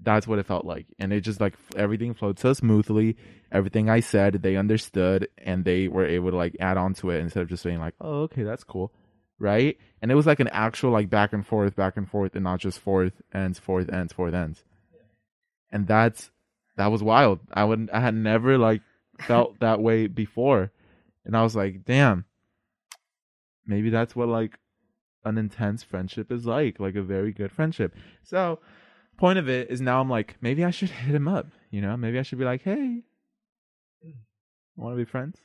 Speaker 2: That's what it felt like. And it just like f- everything flowed so smoothly. Everything I said, they understood and they were able to like add on to it instead of just saying like, "Oh, okay, that's cool." Right? And it was like an actual like back and forth, back and forth and not just forth ends, forth ends, forth ends and that's that was wild. I would I had never like felt that way before, and I was like, damn, maybe that's what like an intense friendship is like, like a very good friendship. So, point of it is now I'm like, maybe I should hit him up. You know, maybe I should be like, hey, want to be friends?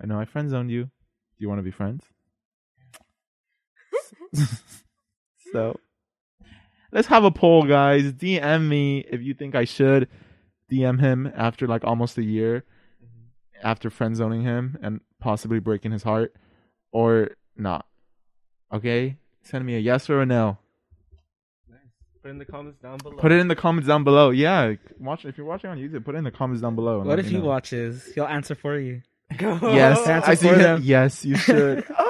Speaker 2: I know I friend zoned you. Do you want to be friends? so let's have a poll, guys. DM me if you think I should DM him after like almost a year after friend zoning him and possibly breaking his heart or not. Okay? Send me a yes or a no.
Speaker 4: Put in the comments down below.
Speaker 2: Put it in the comments down below. Yeah, watch if you're watching on YouTube, put it in the comments down below. and
Speaker 5: What
Speaker 2: let
Speaker 5: if
Speaker 2: me
Speaker 5: he
Speaker 2: know.
Speaker 5: watches? He'll answer for you.
Speaker 2: Yes,
Speaker 5: Answer
Speaker 2: I see
Speaker 5: for
Speaker 2: him.
Speaker 5: them.
Speaker 2: Yes, you should. Ah!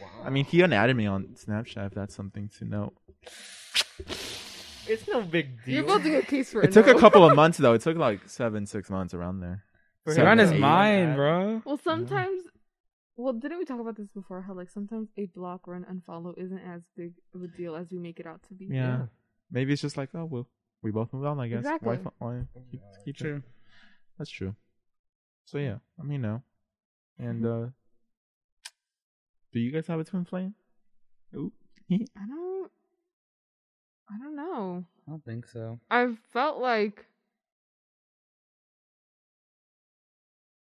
Speaker 4: Wow.
Speaker 2: I mean, he unadded me on Snapchat. If that's something to know.
Speaker 4: it's no big deal.
Speaker 3: You're building a case for
Speaker 2: It
Speaker 3: it.
Speaker 2: took a
Speaker 3: no.
Speaker 2: couple of months though. It took like seven, six months around there.
Speaker 4: For
Speaker 5: You're on
Speaker 4: to
Speaker 5: his
Speaker 2: Seven,
Speaker 4: be
Speaker 2: eight.
Speaker 5: mind,
Speaker 4: mad.
Speaker 5: bro.
Speaker 3: Well, sometimes. Well, didn't we talk about this before? How like sometimes a block or an unfollow isn't as big of a deal as we make it out to be.
Speaker 2: Yeah. Maybe it's just like, oh, well, we both moved on, I guess. Why,
Speaker 3: Exactly.
Speaker 2: fu- why keep, keep it?
Speaker 5: True.
Speaker 2: That's true. So, yeah, let me know. And, uh, do you guys have a twin flame? Ooh.
Speaker 3: I don't. I don't know.
Speaker 5: I don't think so.
Speaker 3: I've felt like.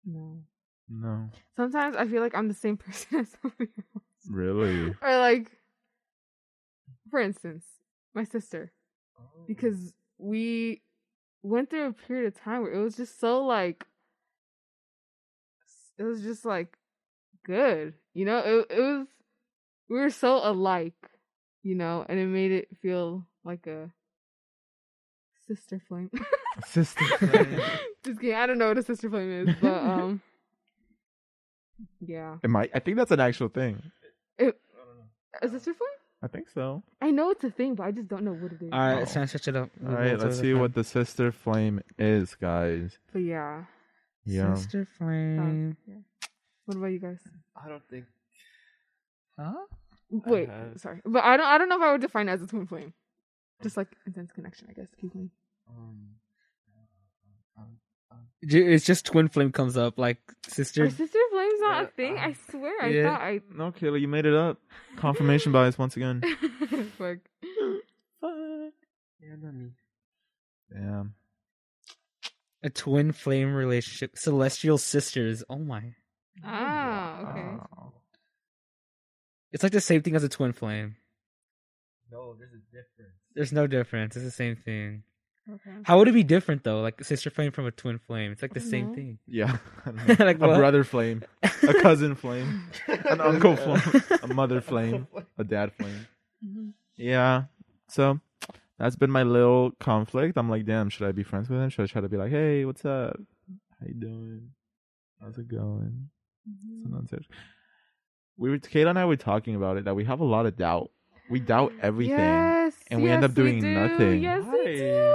Speaker 3: No.
Speaker 2: No.
Speaker 3: Sometimes I feel like I'm the same person as somebody else.
Speaker 2: Really?
Speaker 3: Or like, for instance, my sister, because we went through a period of time where it was just so like, it was just like good, you know. It it was we were so alike, you know, and it made it feel like a sister flame.
Speaker 2: Sister.
Speaker 3: just kidding. I don't know what a sister flame is, but um, yeah,
Speaker 2: Am I? I think that's an actual thing.
Speaker 3: a sister flame.
Speaker 2: I think so.
Speaker 3: I know it's a thing, but I just don't know what it is.
Speaker 5: All right,
Speaker 2: Oh.
Speaker 5: it's time to switch it up.
Speaker 2: All right, let's see what the sister flame is, guys.
Speaker 3: but yeah.
Speaker 2: Yeah.
Speaker 5: Sister
Speaker 3: Um,
Speaker 5: Flame.
Speaker 3: yeah. What about you guys?
Speaker 4: I don't think.
Speaker 5: Huh?
Speaker 3: Wait,
Speaker 4: Uh-huh.
Speaker 3: sorry, but I don't. I don't know if I would define it as a twin flame. Just like intense connection, I guess. Keep going.
Speaker 4: Um,
Speaker 5: Ju- It's just twin flame comes up like
Speaker 3: Are
Speaker 5: sister.
Speaker 3: sister flames not a
Speaker 4: Uh,
Speaker 3: thing? I swear, I
Speaker 5: yeah.
Speaker 3: thought I.
Speaker 2: No, Kayla, you made it up. Confirmation bias once again.
Speaker 3: Fuck.
Speaker 4: yeah, not me.
Speaker 2: Damn.
Speaker 5: A twin flame relationship. Celestial sisters. Oh my!
Speaker 3: Ah, okay.
Speaker 2: Wow.
Speaker 5: It's like the same thing as a twin flame.
Speaker 4: No, there's a difference.
Speaker 5: There's no difference. It's the same thing.
Speaker 3: Okay.
Speaker 5: How would it be different though? Like sister flame from a twin flame. It's like the
Speaker 3: I don't
Speaker 5: same
Speaker 3: know.
Speaker 5: thing.
Speaker 2: Yeah. I don't know.
Speaker 5: Like
Speaker 2: a
Speaker 5: what?
Speaker 2: brother flame, a cousin flame, an uncle flame, a mother flame, a dad flame.
Speaker 3: Mhm.
Speaker 2: Yeah. So that's been my little conflict. I'm like, damn, should I be friends with him? Should I try to be like, hey, what's up? How you doing? How's it going? It's a
Speaker 3: Mhm.
Speaker 2: nonsense. We were Kayla and I were talking about it that we have a lot of doubt. We doubt everything.
Speaker 3: Yes,
Speaker 2: and we end
Speaker 3: yes,
Speaker 2: up doing
Speaker 3: do.
Speaker 2: nothing.
Speaker 3: Yes, we
Speaker 2: Why?
Speaker 3: do.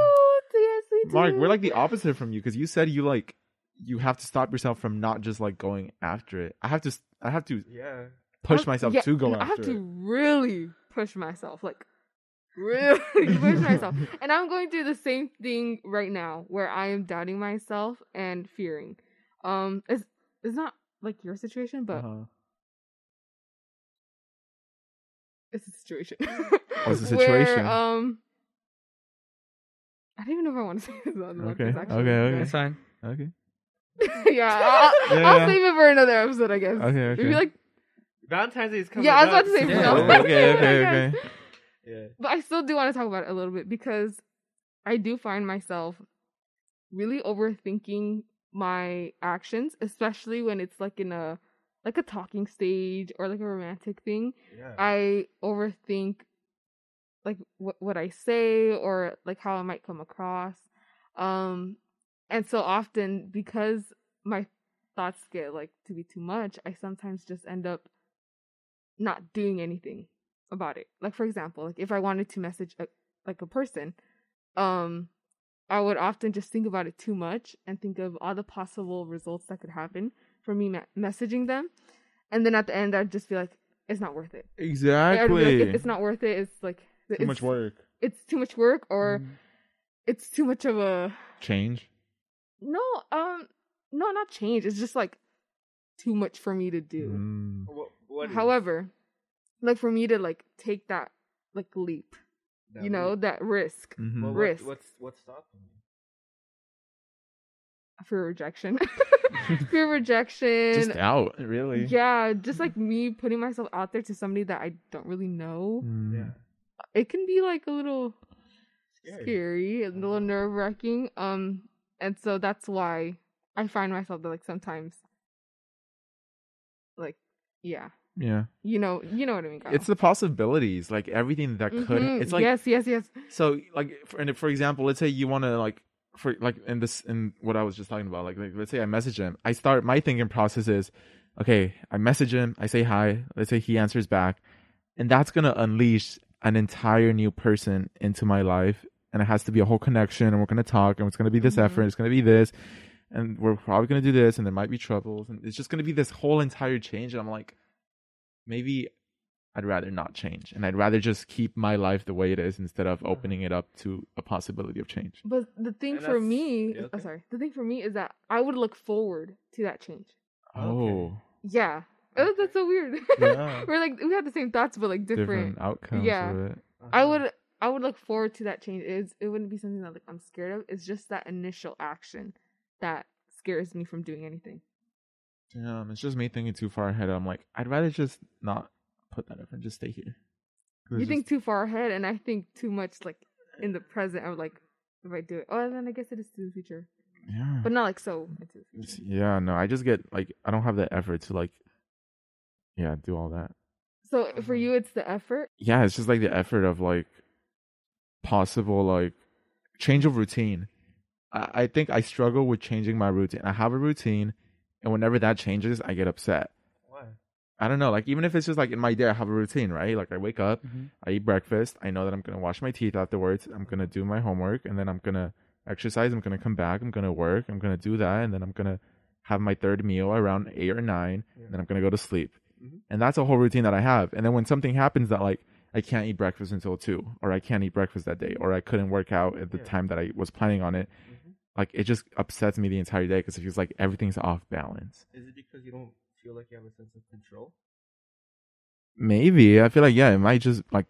Speaker 3: Yes, we do.
Speaker 2: Mark, we're like the opposite from you because you said you like you have to stop yourself from not just like going after it. I have to I have to
Speaker 4: Yeah.
Speaker 2: push
Speaker 3: have-
Speaker 2: myself
Speaker 3: yeah,
Speaker 2: to go
Speaker 3: no,
Speaker 2: after
Speaker 3: I have to
Speaker 2: it.
Speaker 3: really push myself, like really push myself. And I'm going through the same thing right now, where I am doubting myself and fearing. Um, it's it's not like your situation, but
Speaker 2: Uh-huh.
Speaker 3: it's a situation.
Speaker 2: Oh, it's a
Speaker 3: Where,
Speaker 2: situation.
Speaker 3: um, I don't even know if I want to say this on the
Speaker 2: Okay,
Speaker 3: podcast, actually.
Speaker 2: okay,
Speaker 5: That's fine.
Speaker 2: Okay.
Speaker 3: yeah, I'll,
Speaker 2: Yeah.
Speaker 3: I'll save it for another episode, I guess.
Speaker 2: Okay,
Speaker 3: If
Speaker 2: okay.
Speaker 3: you like,
Speaker 4: Valentine's Day is coming
Speaker 3: yeah, I was
Speaker 4: up.
Speaker 3: about to say.
Speaker 5: Yeah.
Speaker 3: no.
Speaker 2: Okay, okay,
Speaker 3: I
Speaker 2: okay,
Speaker 3: guess.
Speaker 2: okay.
Speaker 4: Yeah.
Speaker 3: but I still do want to talk about it a little bit because I do find myself really overthinking my actions, especially when it's like in a like a talking stage or like a romantic thing.
Speaker 4: Yeah.
Speaker 3: I overthink like what what I say or like how I might come across. Um and so often because my thoughts get like to be too much, I sometimes just end up not doing anything about it. Like for example, like if I wanted to message a, like a person, um I would often just think about it too much and think of all the possible results that could happen for me me- messaging them. And then at the end I'd just be like it's not worth it. I'd be like,
Speaker 2: Exactly.
Speaker 3: "It- it's not worth it. It's like
Speaker 2: too
Speaker 3: it's,
Speaker 2: much work. Mm-hmm.
Speaker 3: It's too much work, or
Speaker 4: Mm-hmm.
Speaker 5: Mm.
Speaker 3: it's too much of a
Speaker 2: Change.
Speaker 3: no. Um, no, not change. It's just like too much for me to do.
Speaker 2: Mm.
Speaker 4: What, what is
Speaker 3: However, like for me to like take that like leap,
Speaker 4: that
Speaker 3: you know,
Speaker 4: week?
Speaker 3: that risk
Speaker 2: Mhm.
Speaker 4: Well, what-
Speaker 3: risk.
Speaker 4: What's what's stopping you?
Speaker 3: for rejection, fear of rejection.
Speaker 2: Just out, really.
Speaker 3: yeah, just like me putting myself out there to somebody that I don't really know.
Speaker 2: Mm.
Speaker 4: Yeah.
Speaker 3: It can be like a little
Speaker 4: Scary.
Speaker 3: scary and a
Speaker 2: Mm-hmm.
Speaker 3: little nerve wracking. Um, and so that's why I find myself that like sometimes, like, yeah,
Speaker 2: Yeah.
Speaker 3: you know, you know what I mean. Kyle.
Speaker 2: It's the possibilities, like everything that could.
Speaker 3: Mhm,
Speaker 2: It's like
Speaker 3: yes, yes, yes.
Speaker 2: so like for, and for example let's say you want to like for like in this in what i was just talking about like, like let's say i message him i start my thinking process is okay i message him i say hi let's say he answers back and that's going to unleash an entire new person into my life and it has to be a whole connection and we're going to talk and it's going to be this
Speaker 3: Mhm.
Speaker 2: effort it's going to be this and we're probably going to do this and there might be troubles and it's just going to be this whole entire change and i'm like maybe I'd rather not change and I'd rather just keep my life the way it is instead
Speaker 3: Mm-hmm.
Speaker 2: of opening it up to a possibility of change.
Speaker 3: But the thing
Speaker 4: And
Speaker 3: for
Speaker 4: that's-
Speaker 3: me,
Speaker 4: yeah,
Speaker 3: oh,
Speaker 4: okay.
Speaker 3: sorry, the thing for me is that I would look forward to that change.
Speaker 2: Oh,
Speaker 3: Yeah, oh, that's so weird.
Speaker 2: Yeah.
Speaker 3: We're like we had the same thoughts, but like
Speaker 2: different, uh,
Speaker 3: different.
Speaker 2: outcomes
Speaker 3: Yeah.
Speaker 2: of it.
Speaker 3: I
Speaker 4: Uh-huh.
Speaker 3: would. I would look forward to that change. It's, it wouldn't be something that like I'm scared of. It's just that initial action that scares me from doing anything.
Speaker 2: Yeah, it's just me thinking too far ahead. I'm like, I'd rather just not put that effort, just stay here. 'Cause
Speaker 3: you
Speaker 2: it's
Speaker 3: think too far ahead and i think too much like in the present i'm like if i do it oh then i guess it is to the future
Speaker 2: just- yeah.
Speaker 3: but not like so into the future.
Speaker 2: It's- yeah, no, I just get like, I don't have the effort to like, yeah, do all that.
Speaker 3: so for
Speaker 4: Mhm.
Speaker 3: you it's the effort
Speaker 2: Yeah, it's just like the effort of like possible like change of routine. I, I think I struggle with changing my routine. I have a routine, and whenever that changes, I get upset.
Speaker 4: Why?
Speaker 2: I don't know. Like even if it's just like in my day, I have a routine, right? Like I wake up,
Speaker 5: Mhm.
Speaker 2: I eat breakfast. I know that I'm gonna wash my teeth afterwards. I'm gonna do my homework, and then I'm gonna exercise. I'm gonna come back. I'm gonna work. I'm gonna do that, and then I'm gonna have my third meal around eight or nine,
Speaker 4: Yeah.
Speaker 2: and then I'm gonna go to sleep.
Speaker 4: Mhm.
Speaker 2: And that's a whole routine that I have. And then when something happens that like I can't eat breakfast until two, or I can't eat breakfast that day, or I couldn't work out at the
Speaker 4: Yeah.
Speaker 2: time that I was planning on it,
Speaker 4: Mhm.
Speaker 2: like it just upsets me the entire day because it feels like everything's off balance.
Speaker 4: Is it because you don't feel like you have a sense of control?
Speaker 2: Maybe I feel like yeah, it might just like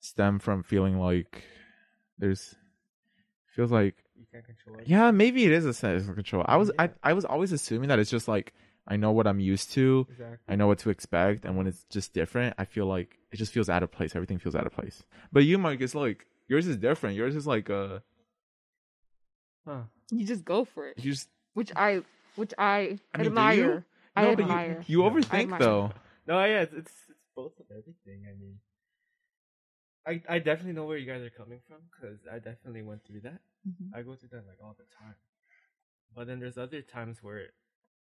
Speaker 2: stem from feeling like there's feels like
Speaker 4: You can't control it.
Speaker 2: yeah, maybe it is a sense of control. I was I,
Speaker 4: Yeah.
Speaker 2: I was always assuming that it's just like I know what I'm used to,
Speaker 4: Exactly.
Speaker 2: I know what to expect, and when it's just different, I feel like it just feels out of place. Everything feels out of place. But you, Mike, it's like yours is different. Yours is like uh
Speaker 4: Huh.
Speaker 3: you just go for it
Speaker 2: you just
Speaker 3: which i which i,
Speaker 2: I mean, do
Speaker 3: admire
Speaker 2: you?
Speaker 3: i
Speaker 2: no, but
Speaker 3: admire
Speaker 2: you, you
Speaker 4: I
Speaker 2: overthink
Speaker 3: admire.
Speaker 2: though.
Speaker 4: No, yeah, it's, it's it's both of everything. I mean, I I definitely know where you guys are coming from because I definitely went through that.
Speaker 3: Mhm.
Speaker 4: I go through that like all the time. But then there's other times where,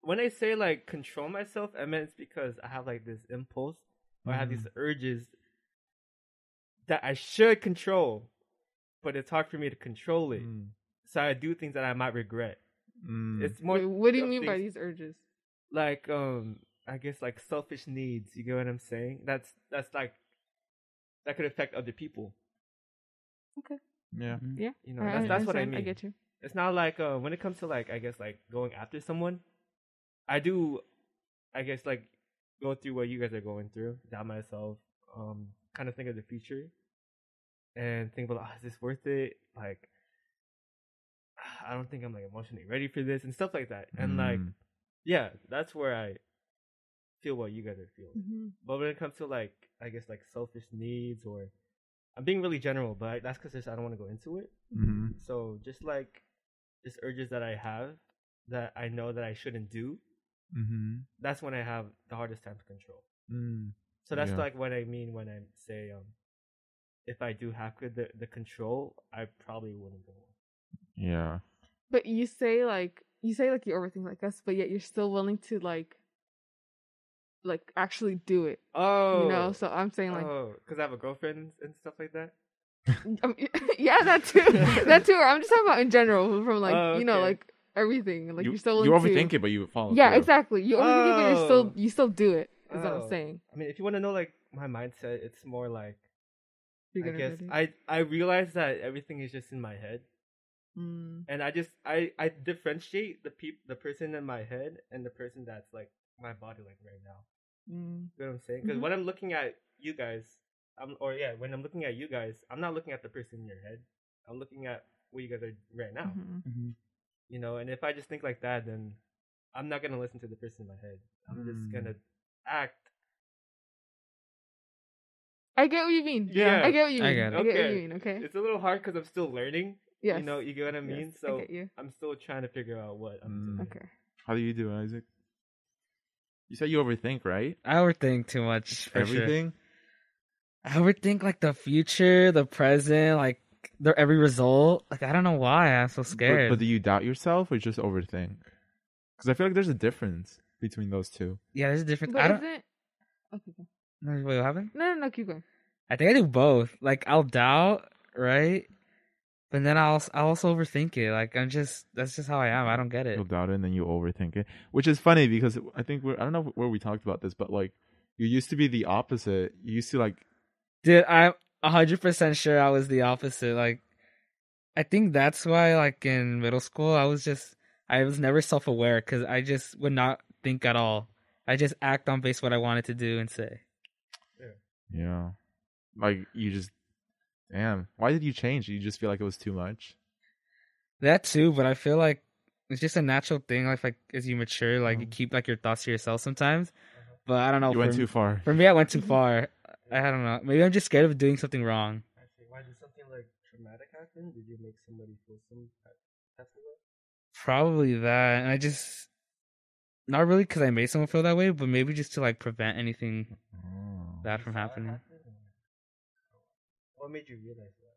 Speaker 4: when I say like control myself, I mean it's because I have like this impulse or I have these urges that I should control, but it's hard for me to control it.
Speaker 2: Mm.
Speaker 4: So I do things that I might regret.
Speaker 2: Mm.
Speaker 4: It's more
Speaker 3: Wait, what do you
Speaker 4: of
Speaker 3: mean by
Speaker 4: things-
Speaker 3: these urges?
Speaker 4: like um I guess like selfish needs. You get what I'm saying? That's that's like that could affect other people.
Speaker 2: mm, Yeah.
Speaker 5: Mhm.
Speaker 3: Yeah.
Speaker 4: You know,
Speaker 3: Alright,
Speaker 4: that's that's what I
Speaker 3: understand.
Speaker 4: mean.
Speaker 3: I get you.
Speaker 4: It's not like uh when it comes to like I guess like going after someone, I do, I guess like go through what you guys are going through. Doubt myself. Um, kind of think of the future, and think about oh, is this worth it? Like, I don't think I'm like emotionally ready for this and stuff like that. And like,
Speaker 2: Mm.
Speaker 4: yeah, that's where I feel what you guys are feeling.
Speaker 3: hmm
Speaker 4: But when it comes to like, I guess like selfish needs or, I'm being really general, but that's because I don't want to go into it.
Speaker 2: Mhm.
Speaker 4: So just like, just urges that I have that I know that I shouldn't do.
Speaker 2: Mm-hmm.
Speaker 4: That's when I have the hardest time to control.
Speaker 2: Mm.
Speaker 4: So that's
Speaker 2: Yeah.
Speaker 4: like what I mean when I say, um, if I do have good- the the control, I probably wouldn't go.
Speaker 2: Yeah.
Speaker 3: But you say like you say like you overthink like us, but yet you're still willing to like like actually do it.
Speaker 4: Oh,
Speaker 3: You know, so I'm saying like
Speaker 4: oh, because I have a girlfriend and stuff like that.
Speaker 3: um, yeah, that too. that too. I'm just talking about in general from like
Speaker 4: Oh,
Speaker 3: you know
Speaker 4: okay.
Speaker 3: like everything. Like
Speaker 2: you,
Speaker 3: are still
Speaker 2: you
Speaker 3: willing to
Speaker 2: overthink it, but you follow.
Speaker 3: Yeah,
Speaker 2: through.
Speaker 3: exactly. You overthink it, but you're still
Speaker 4: Oh.
Speaker 3: you still do it. Is what I'm
Speaker 4: Oh.
Speaker 3: saying.
Speaker 4: I mean, if you want to know like my mindset, it's more like
Speaker 3: You're
Speaker 4: I
Speaker 3: gonna
Speaker 4: guess
Speaker 3: do it.
Speaker 4: I I realize that everything is just in my head,
Speaker 3: Mm.
Speaker 4: and I just I I differentiate the peop- the person in my head and the person that's like my body like right now.
Speaker 3: Mm.
Speaker 4: You know what I'm saying? Because
Speaker 3: Mhm.
Speaker 4: when I'm looking at you guys, I'm or yeah, when I'm looking at you guys, I'm not looking at the person in your head. I'm looking at what you guys are right now.
Speaker 3: Mhm.
Speaker 5: Mhm.
Speaker 4: You know, and if I just think like that, then I'm not gonna listen to the person in my head. I'm just
Speaker 2: Mm.
Speaker 4: gonna act.
Speaker 3: I get what you mean.
Speaker 4: Yeah.
Speaker 3: I get what you mean.
Speaker 5: I
Speaker 3: I
Speaker 5: get
Speaker 3: get,
Speaker 5: it.
Speaker 3: what
Speaker 4: Okay.
Speaker 3: you mean. Okay.
Speaker 4: It's a little hard because I'm still learning.
Speaker 3: yes.
Speaker 4: You know, you get what I
Speaker 3: Yes,
Speaker 4: mean. So
Speaker 3: I get you.
Speaker 4: I'm still trying to figure out what I'm
Speaker 2: Mm.
Speaker 4: doing.
Speaker 3: Okay.
Speaker 2: How do you do, Isaac? You said you overthink, right?
Speaker 5: I overthink too much. for sure.
Speaker 2: Everything.
Speaker 5: I overthink like the future, the present, like the every result. Like I don't know why I'm so
Speaker 2: But,
Speaker 5: scared.
Speaker 2: but do you doubt yourself or just overthink? Because I feel like there's a difference between those two.
Speaker 5: yeah, there's a difference.
Speaker 3: But
Speaker 5: I don't.
Speaker 3: isn't okay. go.
Speaker 5: Wait, what happened?
Speaker 3: No, no, no. Keep going.
Speaker 5: I think I do both. Like I'll doubt, right? But then I'll I also overthink it. Like I'm just that's just how I am. I don't get it.
Speaker 2: You'll doubt it and then you overthink it, which is funny because I think we're, I don't know where we talked about this, but like you used to be the opposite. You used to like
Speaker 5: Dude, I'm hundred percent sure I was the opposite. Like, I think that's why, like in middle school, I was just I was never self aware because I just would not think at all. I just act on base what I wanted to do and say.
Speaker 2: Yeah. Like you just damn. Why did you change? You just feel like it was too much?
Speaker 5: That too, but I feel like it's just a natural thing. Like, like as you mature, like you
Speaker 2: Mhm.
Speaker 5: keep like your thoughts to yourself sometimes. But I don't know.
Speaker 2: you went
Speaker 5: for,
Speaker 2: too far.
Speaker 5: for me, I went too far. I I don't know. Maybe I'm just scared of doing something wrong.
Speaker 4: Actually, why did something like traumatic happen? Did you make somebody feel some type type of way?
Speaker 5: Probably that, and I just not really because I made someone feel that way, but maybe just to like prevent anything
Speaker 2: Oh.
Speaker 5: that from
Speaker 4: Saw it
Speaker 5: happening.
Speaker 4: happen or- What made you realize that?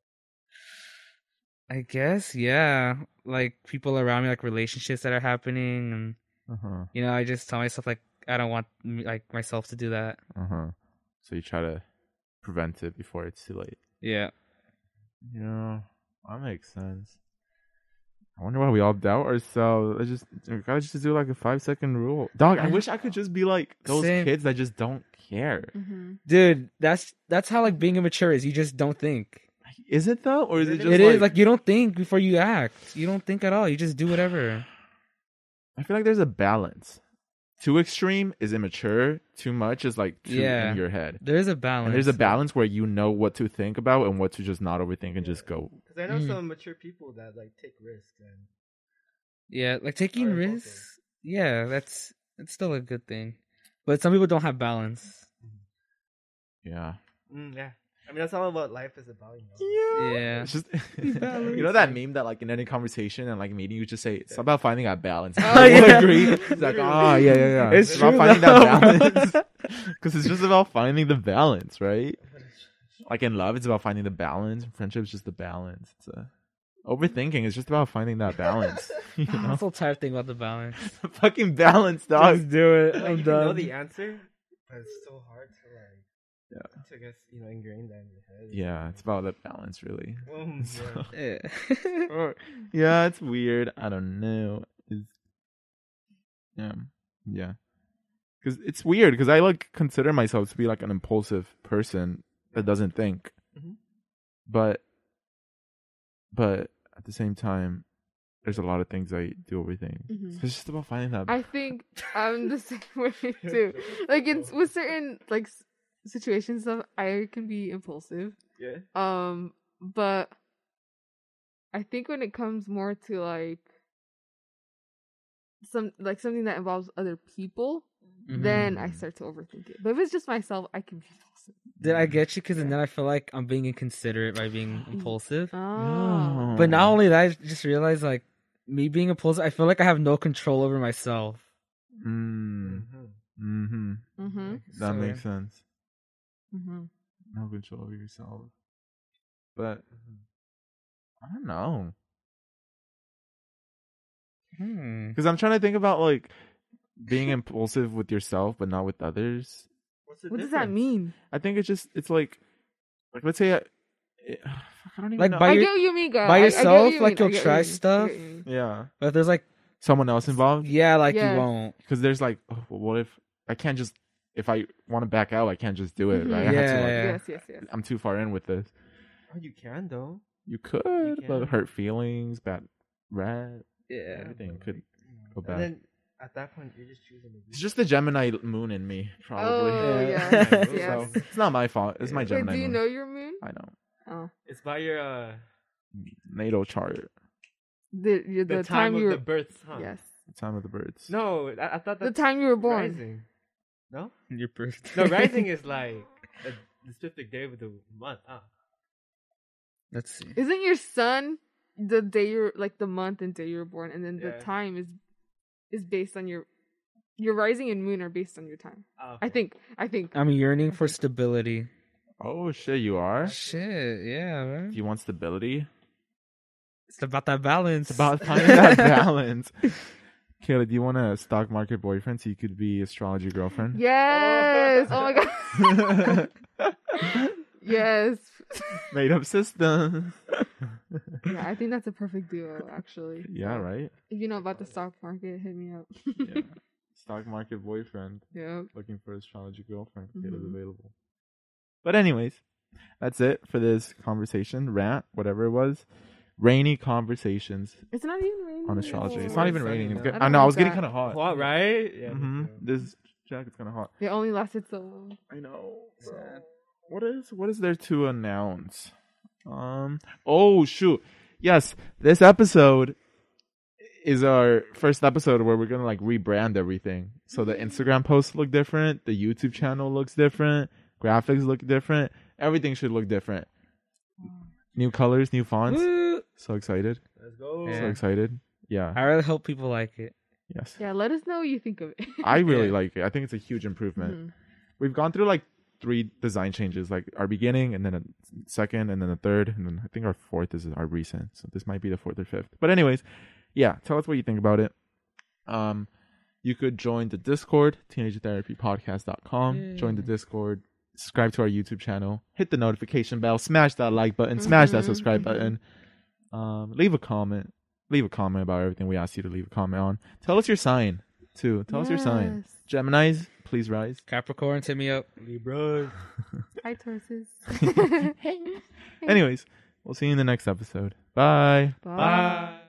Speaker 5: I guess, yeah. Like people around me, like relationships that are happening, and
Speaker 2: Uh-huh.
Speaker 5: you know, I just tell myself like I don't want m- like myself to do that.
Speaker 2: Uh-huh. So you try to prevent it before it's too late.
Speaker 5: Yeah,
Speaker 2: Yeah. That makes sense. I wonder why we all doubt ourselves. I just I gotta just do like a five second rule. Dog, I wish I could just be like those
Speaker 5: Same.
Speaker 2: kids that just don't care.
Speaker 3: Mm-hmm.
Speaker 5: dude, that's that's how like being immature is. You just don't think.
Speaker 2: Is it though? Or is it
Speaker 4: It
Speaker 2: just
Speaker 5: It is
Speaker 2: like,
Speaker 5: like, you don't think before you act. You don't think at all. You just do whatever.
Speaker 2: I feel like there's a balance. Too extreme is immature, too much is like too
Speaker 5: Yeah.
Speaker 2: in your head.
Speaker 5: There is a balance.
Speaker 2: And there's a balance where you know what to think about and what to just not overthink and just go.
Speaker 4: Because I know
Speaker 5: Mm.
Speaker 4: some mature people that like take risks and
Speaker 5: Yeah, like taking
Speaker 4: Or impulsive.
Speaker 5: risks. Yeah, that's it's still a good thing, but some people don't have balance.
Speaker 2: Yeah.
Speaker 4: Mm, yeah. I mean, that's all about life is about, you know.
Speaker 5: Yeah.
Speaker 2: It's just
Speaker 5: Be
Speaker 2: you know that meme that like in any conversation and like meeting you just say it's about finding that balance.
Speaker 3: Oh,
Speaker 2: People
Speaker 5: yeah.
Speaker 2: agree. It's like
Speaker 5: Ah,
Speaker 2: oh yeah yeah yeah.
Speaker 5: It's
Speaker 2: about
Speaker 5: true,
Speaker 2: finding
Speaker 5: though.
Speaker 2: that balance because it's just about finding the balance, right? Like in love, it's about finding the balance. In friendship, it's just the balance. It's uh overthinking is just about finding that balance. You
Speaker 5: I'm
Speaker 2: know,
Speaker 5: so tired of thinking about the balance.
Speaker 2: the fucking balance, dog.
Speaker 5: Just do it.
Speaker 4: Like,
Speaker 5: I'm
Speaker 4: you can know
Speaker 5: done.
Speaker 4: the answer, but it's so hard to like.
Speaker 2: Yeah.
Speaker 4: To guess, you know, ingrain that in your head.
Speaker 2: Yeah, it's about the balance, really.
Speaker 4: Mm, yeah.
Speaker 5: Yeah.
Speaker 2: Or- yeah, it's weird. I don't know. is yeah yeah because it's weird because i like consider myself to be like an impulsive person that doesn't think
Speaker 5: Mm-hmm.
Speaker 4: Mhm.
Speaker 2: but but at the same time there's a lot of things i do overthink
Speaker 5: Mm-hmm.
Speaker 3: Mhm.
Speaker 2: so it's just about finding that
Speaker 3: I think I'm the same way too. Like in with certain like s- situations, stuff I can be impulsive.
Speaker 4: Yeah.
Speaker 3: Um, but I think when it comes more to like some like something that involves other people, then I
Speaker 2: Mhm.
Speaker 3: start to overthink it. But if it's just myself, I can be impulsive.
Speaker 5: Did I get you? Because then I feel like I'm being inconsiderate by being impulsive.
Speaker 3: Oh,
Speaker 5: But
Speaker 2: Mm-hmm.
Speaker 5: not only that, I just realized like me being impulsive, I feel like I have no control over myself.
Speaker 2: mm, mm-hmm.
Speaker 3: mm-hmm,
Speaker 2: that
Speaker 5: So,
Speaker 2: makes sense
Speaker 3: mm-hmm.
Speaker 2: no control over yourself but i don't know
Speaker 5: hmm.
Speaker 2: Because I'm trying to think about like being impulsive with yourself, but not with others.
Speaker 4: What's the
Speaker 3: What does that
Speaker 4: difference?
Speaker 3: mean?
Speaker 2: I think it's just it's like, like let's say, I, it, fuck, I don't even
Speaker 5: Like,
Speaker 2: know.
Speaker 5: by
Speaker 3: I
Speaker 5: your-
Speaker 3: get what you mean, girl.
Speaker 5: by
Speaker 3: I- I get what
Speaker 5: yourself,
Speaker 3: you mean,
Speaker 5: like,
Speaker 3: I
Speaker 5: you'll
Speaker 3: get what you
Speaker 5: try
Speaker 3: mean, I get
Speaker 5: stuff?
Speaker 3: what you mean.
Speaker 2: yeah,
Speaker 5: But if there's like,
Speaker 2: someone else involved.
Speaker 5: yeah, like
Speaker 3: Yeah.
Speaker 5: you won't.
Speaker 2: Because there's like, oh, well, what if I can't just if I want to back out, I can't just do it,
Speaker 3: Mhm.
Speaker 2: right? I have to, like,
Speaker 5: Mm-hmm. Yeah.
Speaker 3: Yes, yes, yes.
Speaker 2: I'm too far in with this.
Speaker 4: Oh, you can though.
Speaker 2: You could, but
Speaker 4: can.
Speaker 2: hurt feelings, bad rat,
Speaker 5: Yeah.
Speaker 2: everything could go
Speaker 4: And
Speaker 2: bad.
Speaker 4: then at that point, you're just choosing. To
Speaker 2: It's just the Gemini moon in me, probably.
Speaker 3: Oh,
Speaker 5: Yeah.
Speaker 3: yes,
Speaker 5: Yeah.
Speaker 3: yes.
Speaker 2: So it's not my fault. It's my
Speaker 3: Wait,
Speaker 2: Gemini
Speaker 3: do you
Speaker 2: moon.
Speaker 3: know your moon?
Speaker 2: I know.
Speaker 3: Oh,
Speaker 4: It's by your uh,
Speaker 2: NATO chart.
Speaker 3: the you-
Speaker 4: the,
Speaker 3: the,
Speaker 4: time,
Speaker 3: you
Speaker 4: of
Speaker 3: were
Speaker 4: the birth. Huh?
Speaker 3: yes,
Speaker 2: The time of the birds.
Speaker 4: No, I, I thought
Speaker 3: the
Speaker 4: that's
Speaker 3: time you were born.
Speaker 4: Rising. No,
Speaker 5: Your birthday.
Speaker 4: no, rising is like a, the specific day of the month. Huh?
Speaker 5: Let's see.
Speaker 3: Isn't your sun the day you're like the month and day you were born, and then
Speaker 4: Yeah.
Speaker 3: the time is is based on your your rising and moon are based on your time.
Speaker 4: Ah,
Speaker 3: I
Speaker 4: okay.
Speaker 3: think. I think.
Speaker 2: Um,
Speaker 5: I'm yearning for stability.
Speaker 2: Oh shit, you are.
Speaker 5: Shit, yeah,
Speaker 2: Do
Speaker 5: man.
Speaker 2: you want stability?
Speaker 5: It's about that balance.
Speaker 2: It's about finding that balance. Kayla, do you want a stock market boyfriend so you could be astrology girlfriend?
Speaker 3: Yes. Oh my god. yes.
Speaker 2: Made up system.
Speaker 3: Yeah, I think that's a perfect duo, actually.
Speaker 2: yeah, right.
Speaker 3: If you know about the stock market, hit me up.
Speaker 2: Yeah. stock market boyfriend
Speaker 3: Yeah.
Speaker 2: looking for astrology girlfriend. Kayla's
Speaker 3: Mhm.
Speaker 2: available. But anyways, that's it for this conversation rant, whatever it was. Rainy conversations
Speaker 3: It's not even raining.
Speaker 2: on astrology. It's
Speaker 4: Oh,
Speaker 2: not
Speaker 4: it's
Speaker 2: even
Speaker 4: sunny
Speaker 2: raining. It's
Speaker 4: now.
Speaker 2: good.
Speaker 3: I
Speaker 2: I
Speaker 3: don't
Speaker 2: know. I
Speaker 3: like
Speaker 2: was getting
Speaker 3: that.
Speaker 2: kind of hot.
Speaker 4: Hot, right? Yeah. me
Speaker 2: hmm
Speaker 4: too.
Speaker 2: This jacket's kind of hot.
Speaker 3: They only lasted so long.
Speaker 2: I know.
Speaker 5: Sad.
Speaker 2: bro. What is what is there to announce? Um. Oh shoot. Yes, this episode is our first episode where we're gonna like rebrand everything. So the Instagram posts look different. The YouTube channel looks different. Graphics look different. Everything should look different. New colors, new fonts.
Speaker 5: Woo!
Speaker 2: So excited.
Speaker 4: Let's go.
Speaker 2: So
Speaker 5: Yeah.
Speaker 2: excited. Yeah.
Speaker 5: I really hope people like it.
Speaker 2: Yes.
Speaker 3: Yeah, let us know what you think of it.
Speaker 2: I really
Speaker 5: Yeah.
Speaker 2: like it. I think it's a huge improvement.
Speaker 3: Mhm.
Speaker 2: we've gone through like three design changes like our beginning and then a second and then a third and then i think our fourth is our recent so this might be the fourth or fifth but anyways yeah tell us what you think about it um you could join the discord teenagertherapypodcast.com join the discord subscribe to our youtube channel hit the notification bell smash that like button smash that
Speaker 3: Mhm,
Speaker 2: subscribe
Speaker 3: mhm.
Speaker 2: button um leave a comment leave a comment about everything we asked you to leave a comment on tell us your sign too tell us your sign
Speaker 3: Yes.
Speaker 2: gemini's please rise
Speaker 5: Capricorn, hit me up.
Speaker 4: Libra.
Speaker 3: Hi, Tauruses.
Speaker 2: Anyways, we'll see you in the next episode. Bye.
Speaker 5: Bye.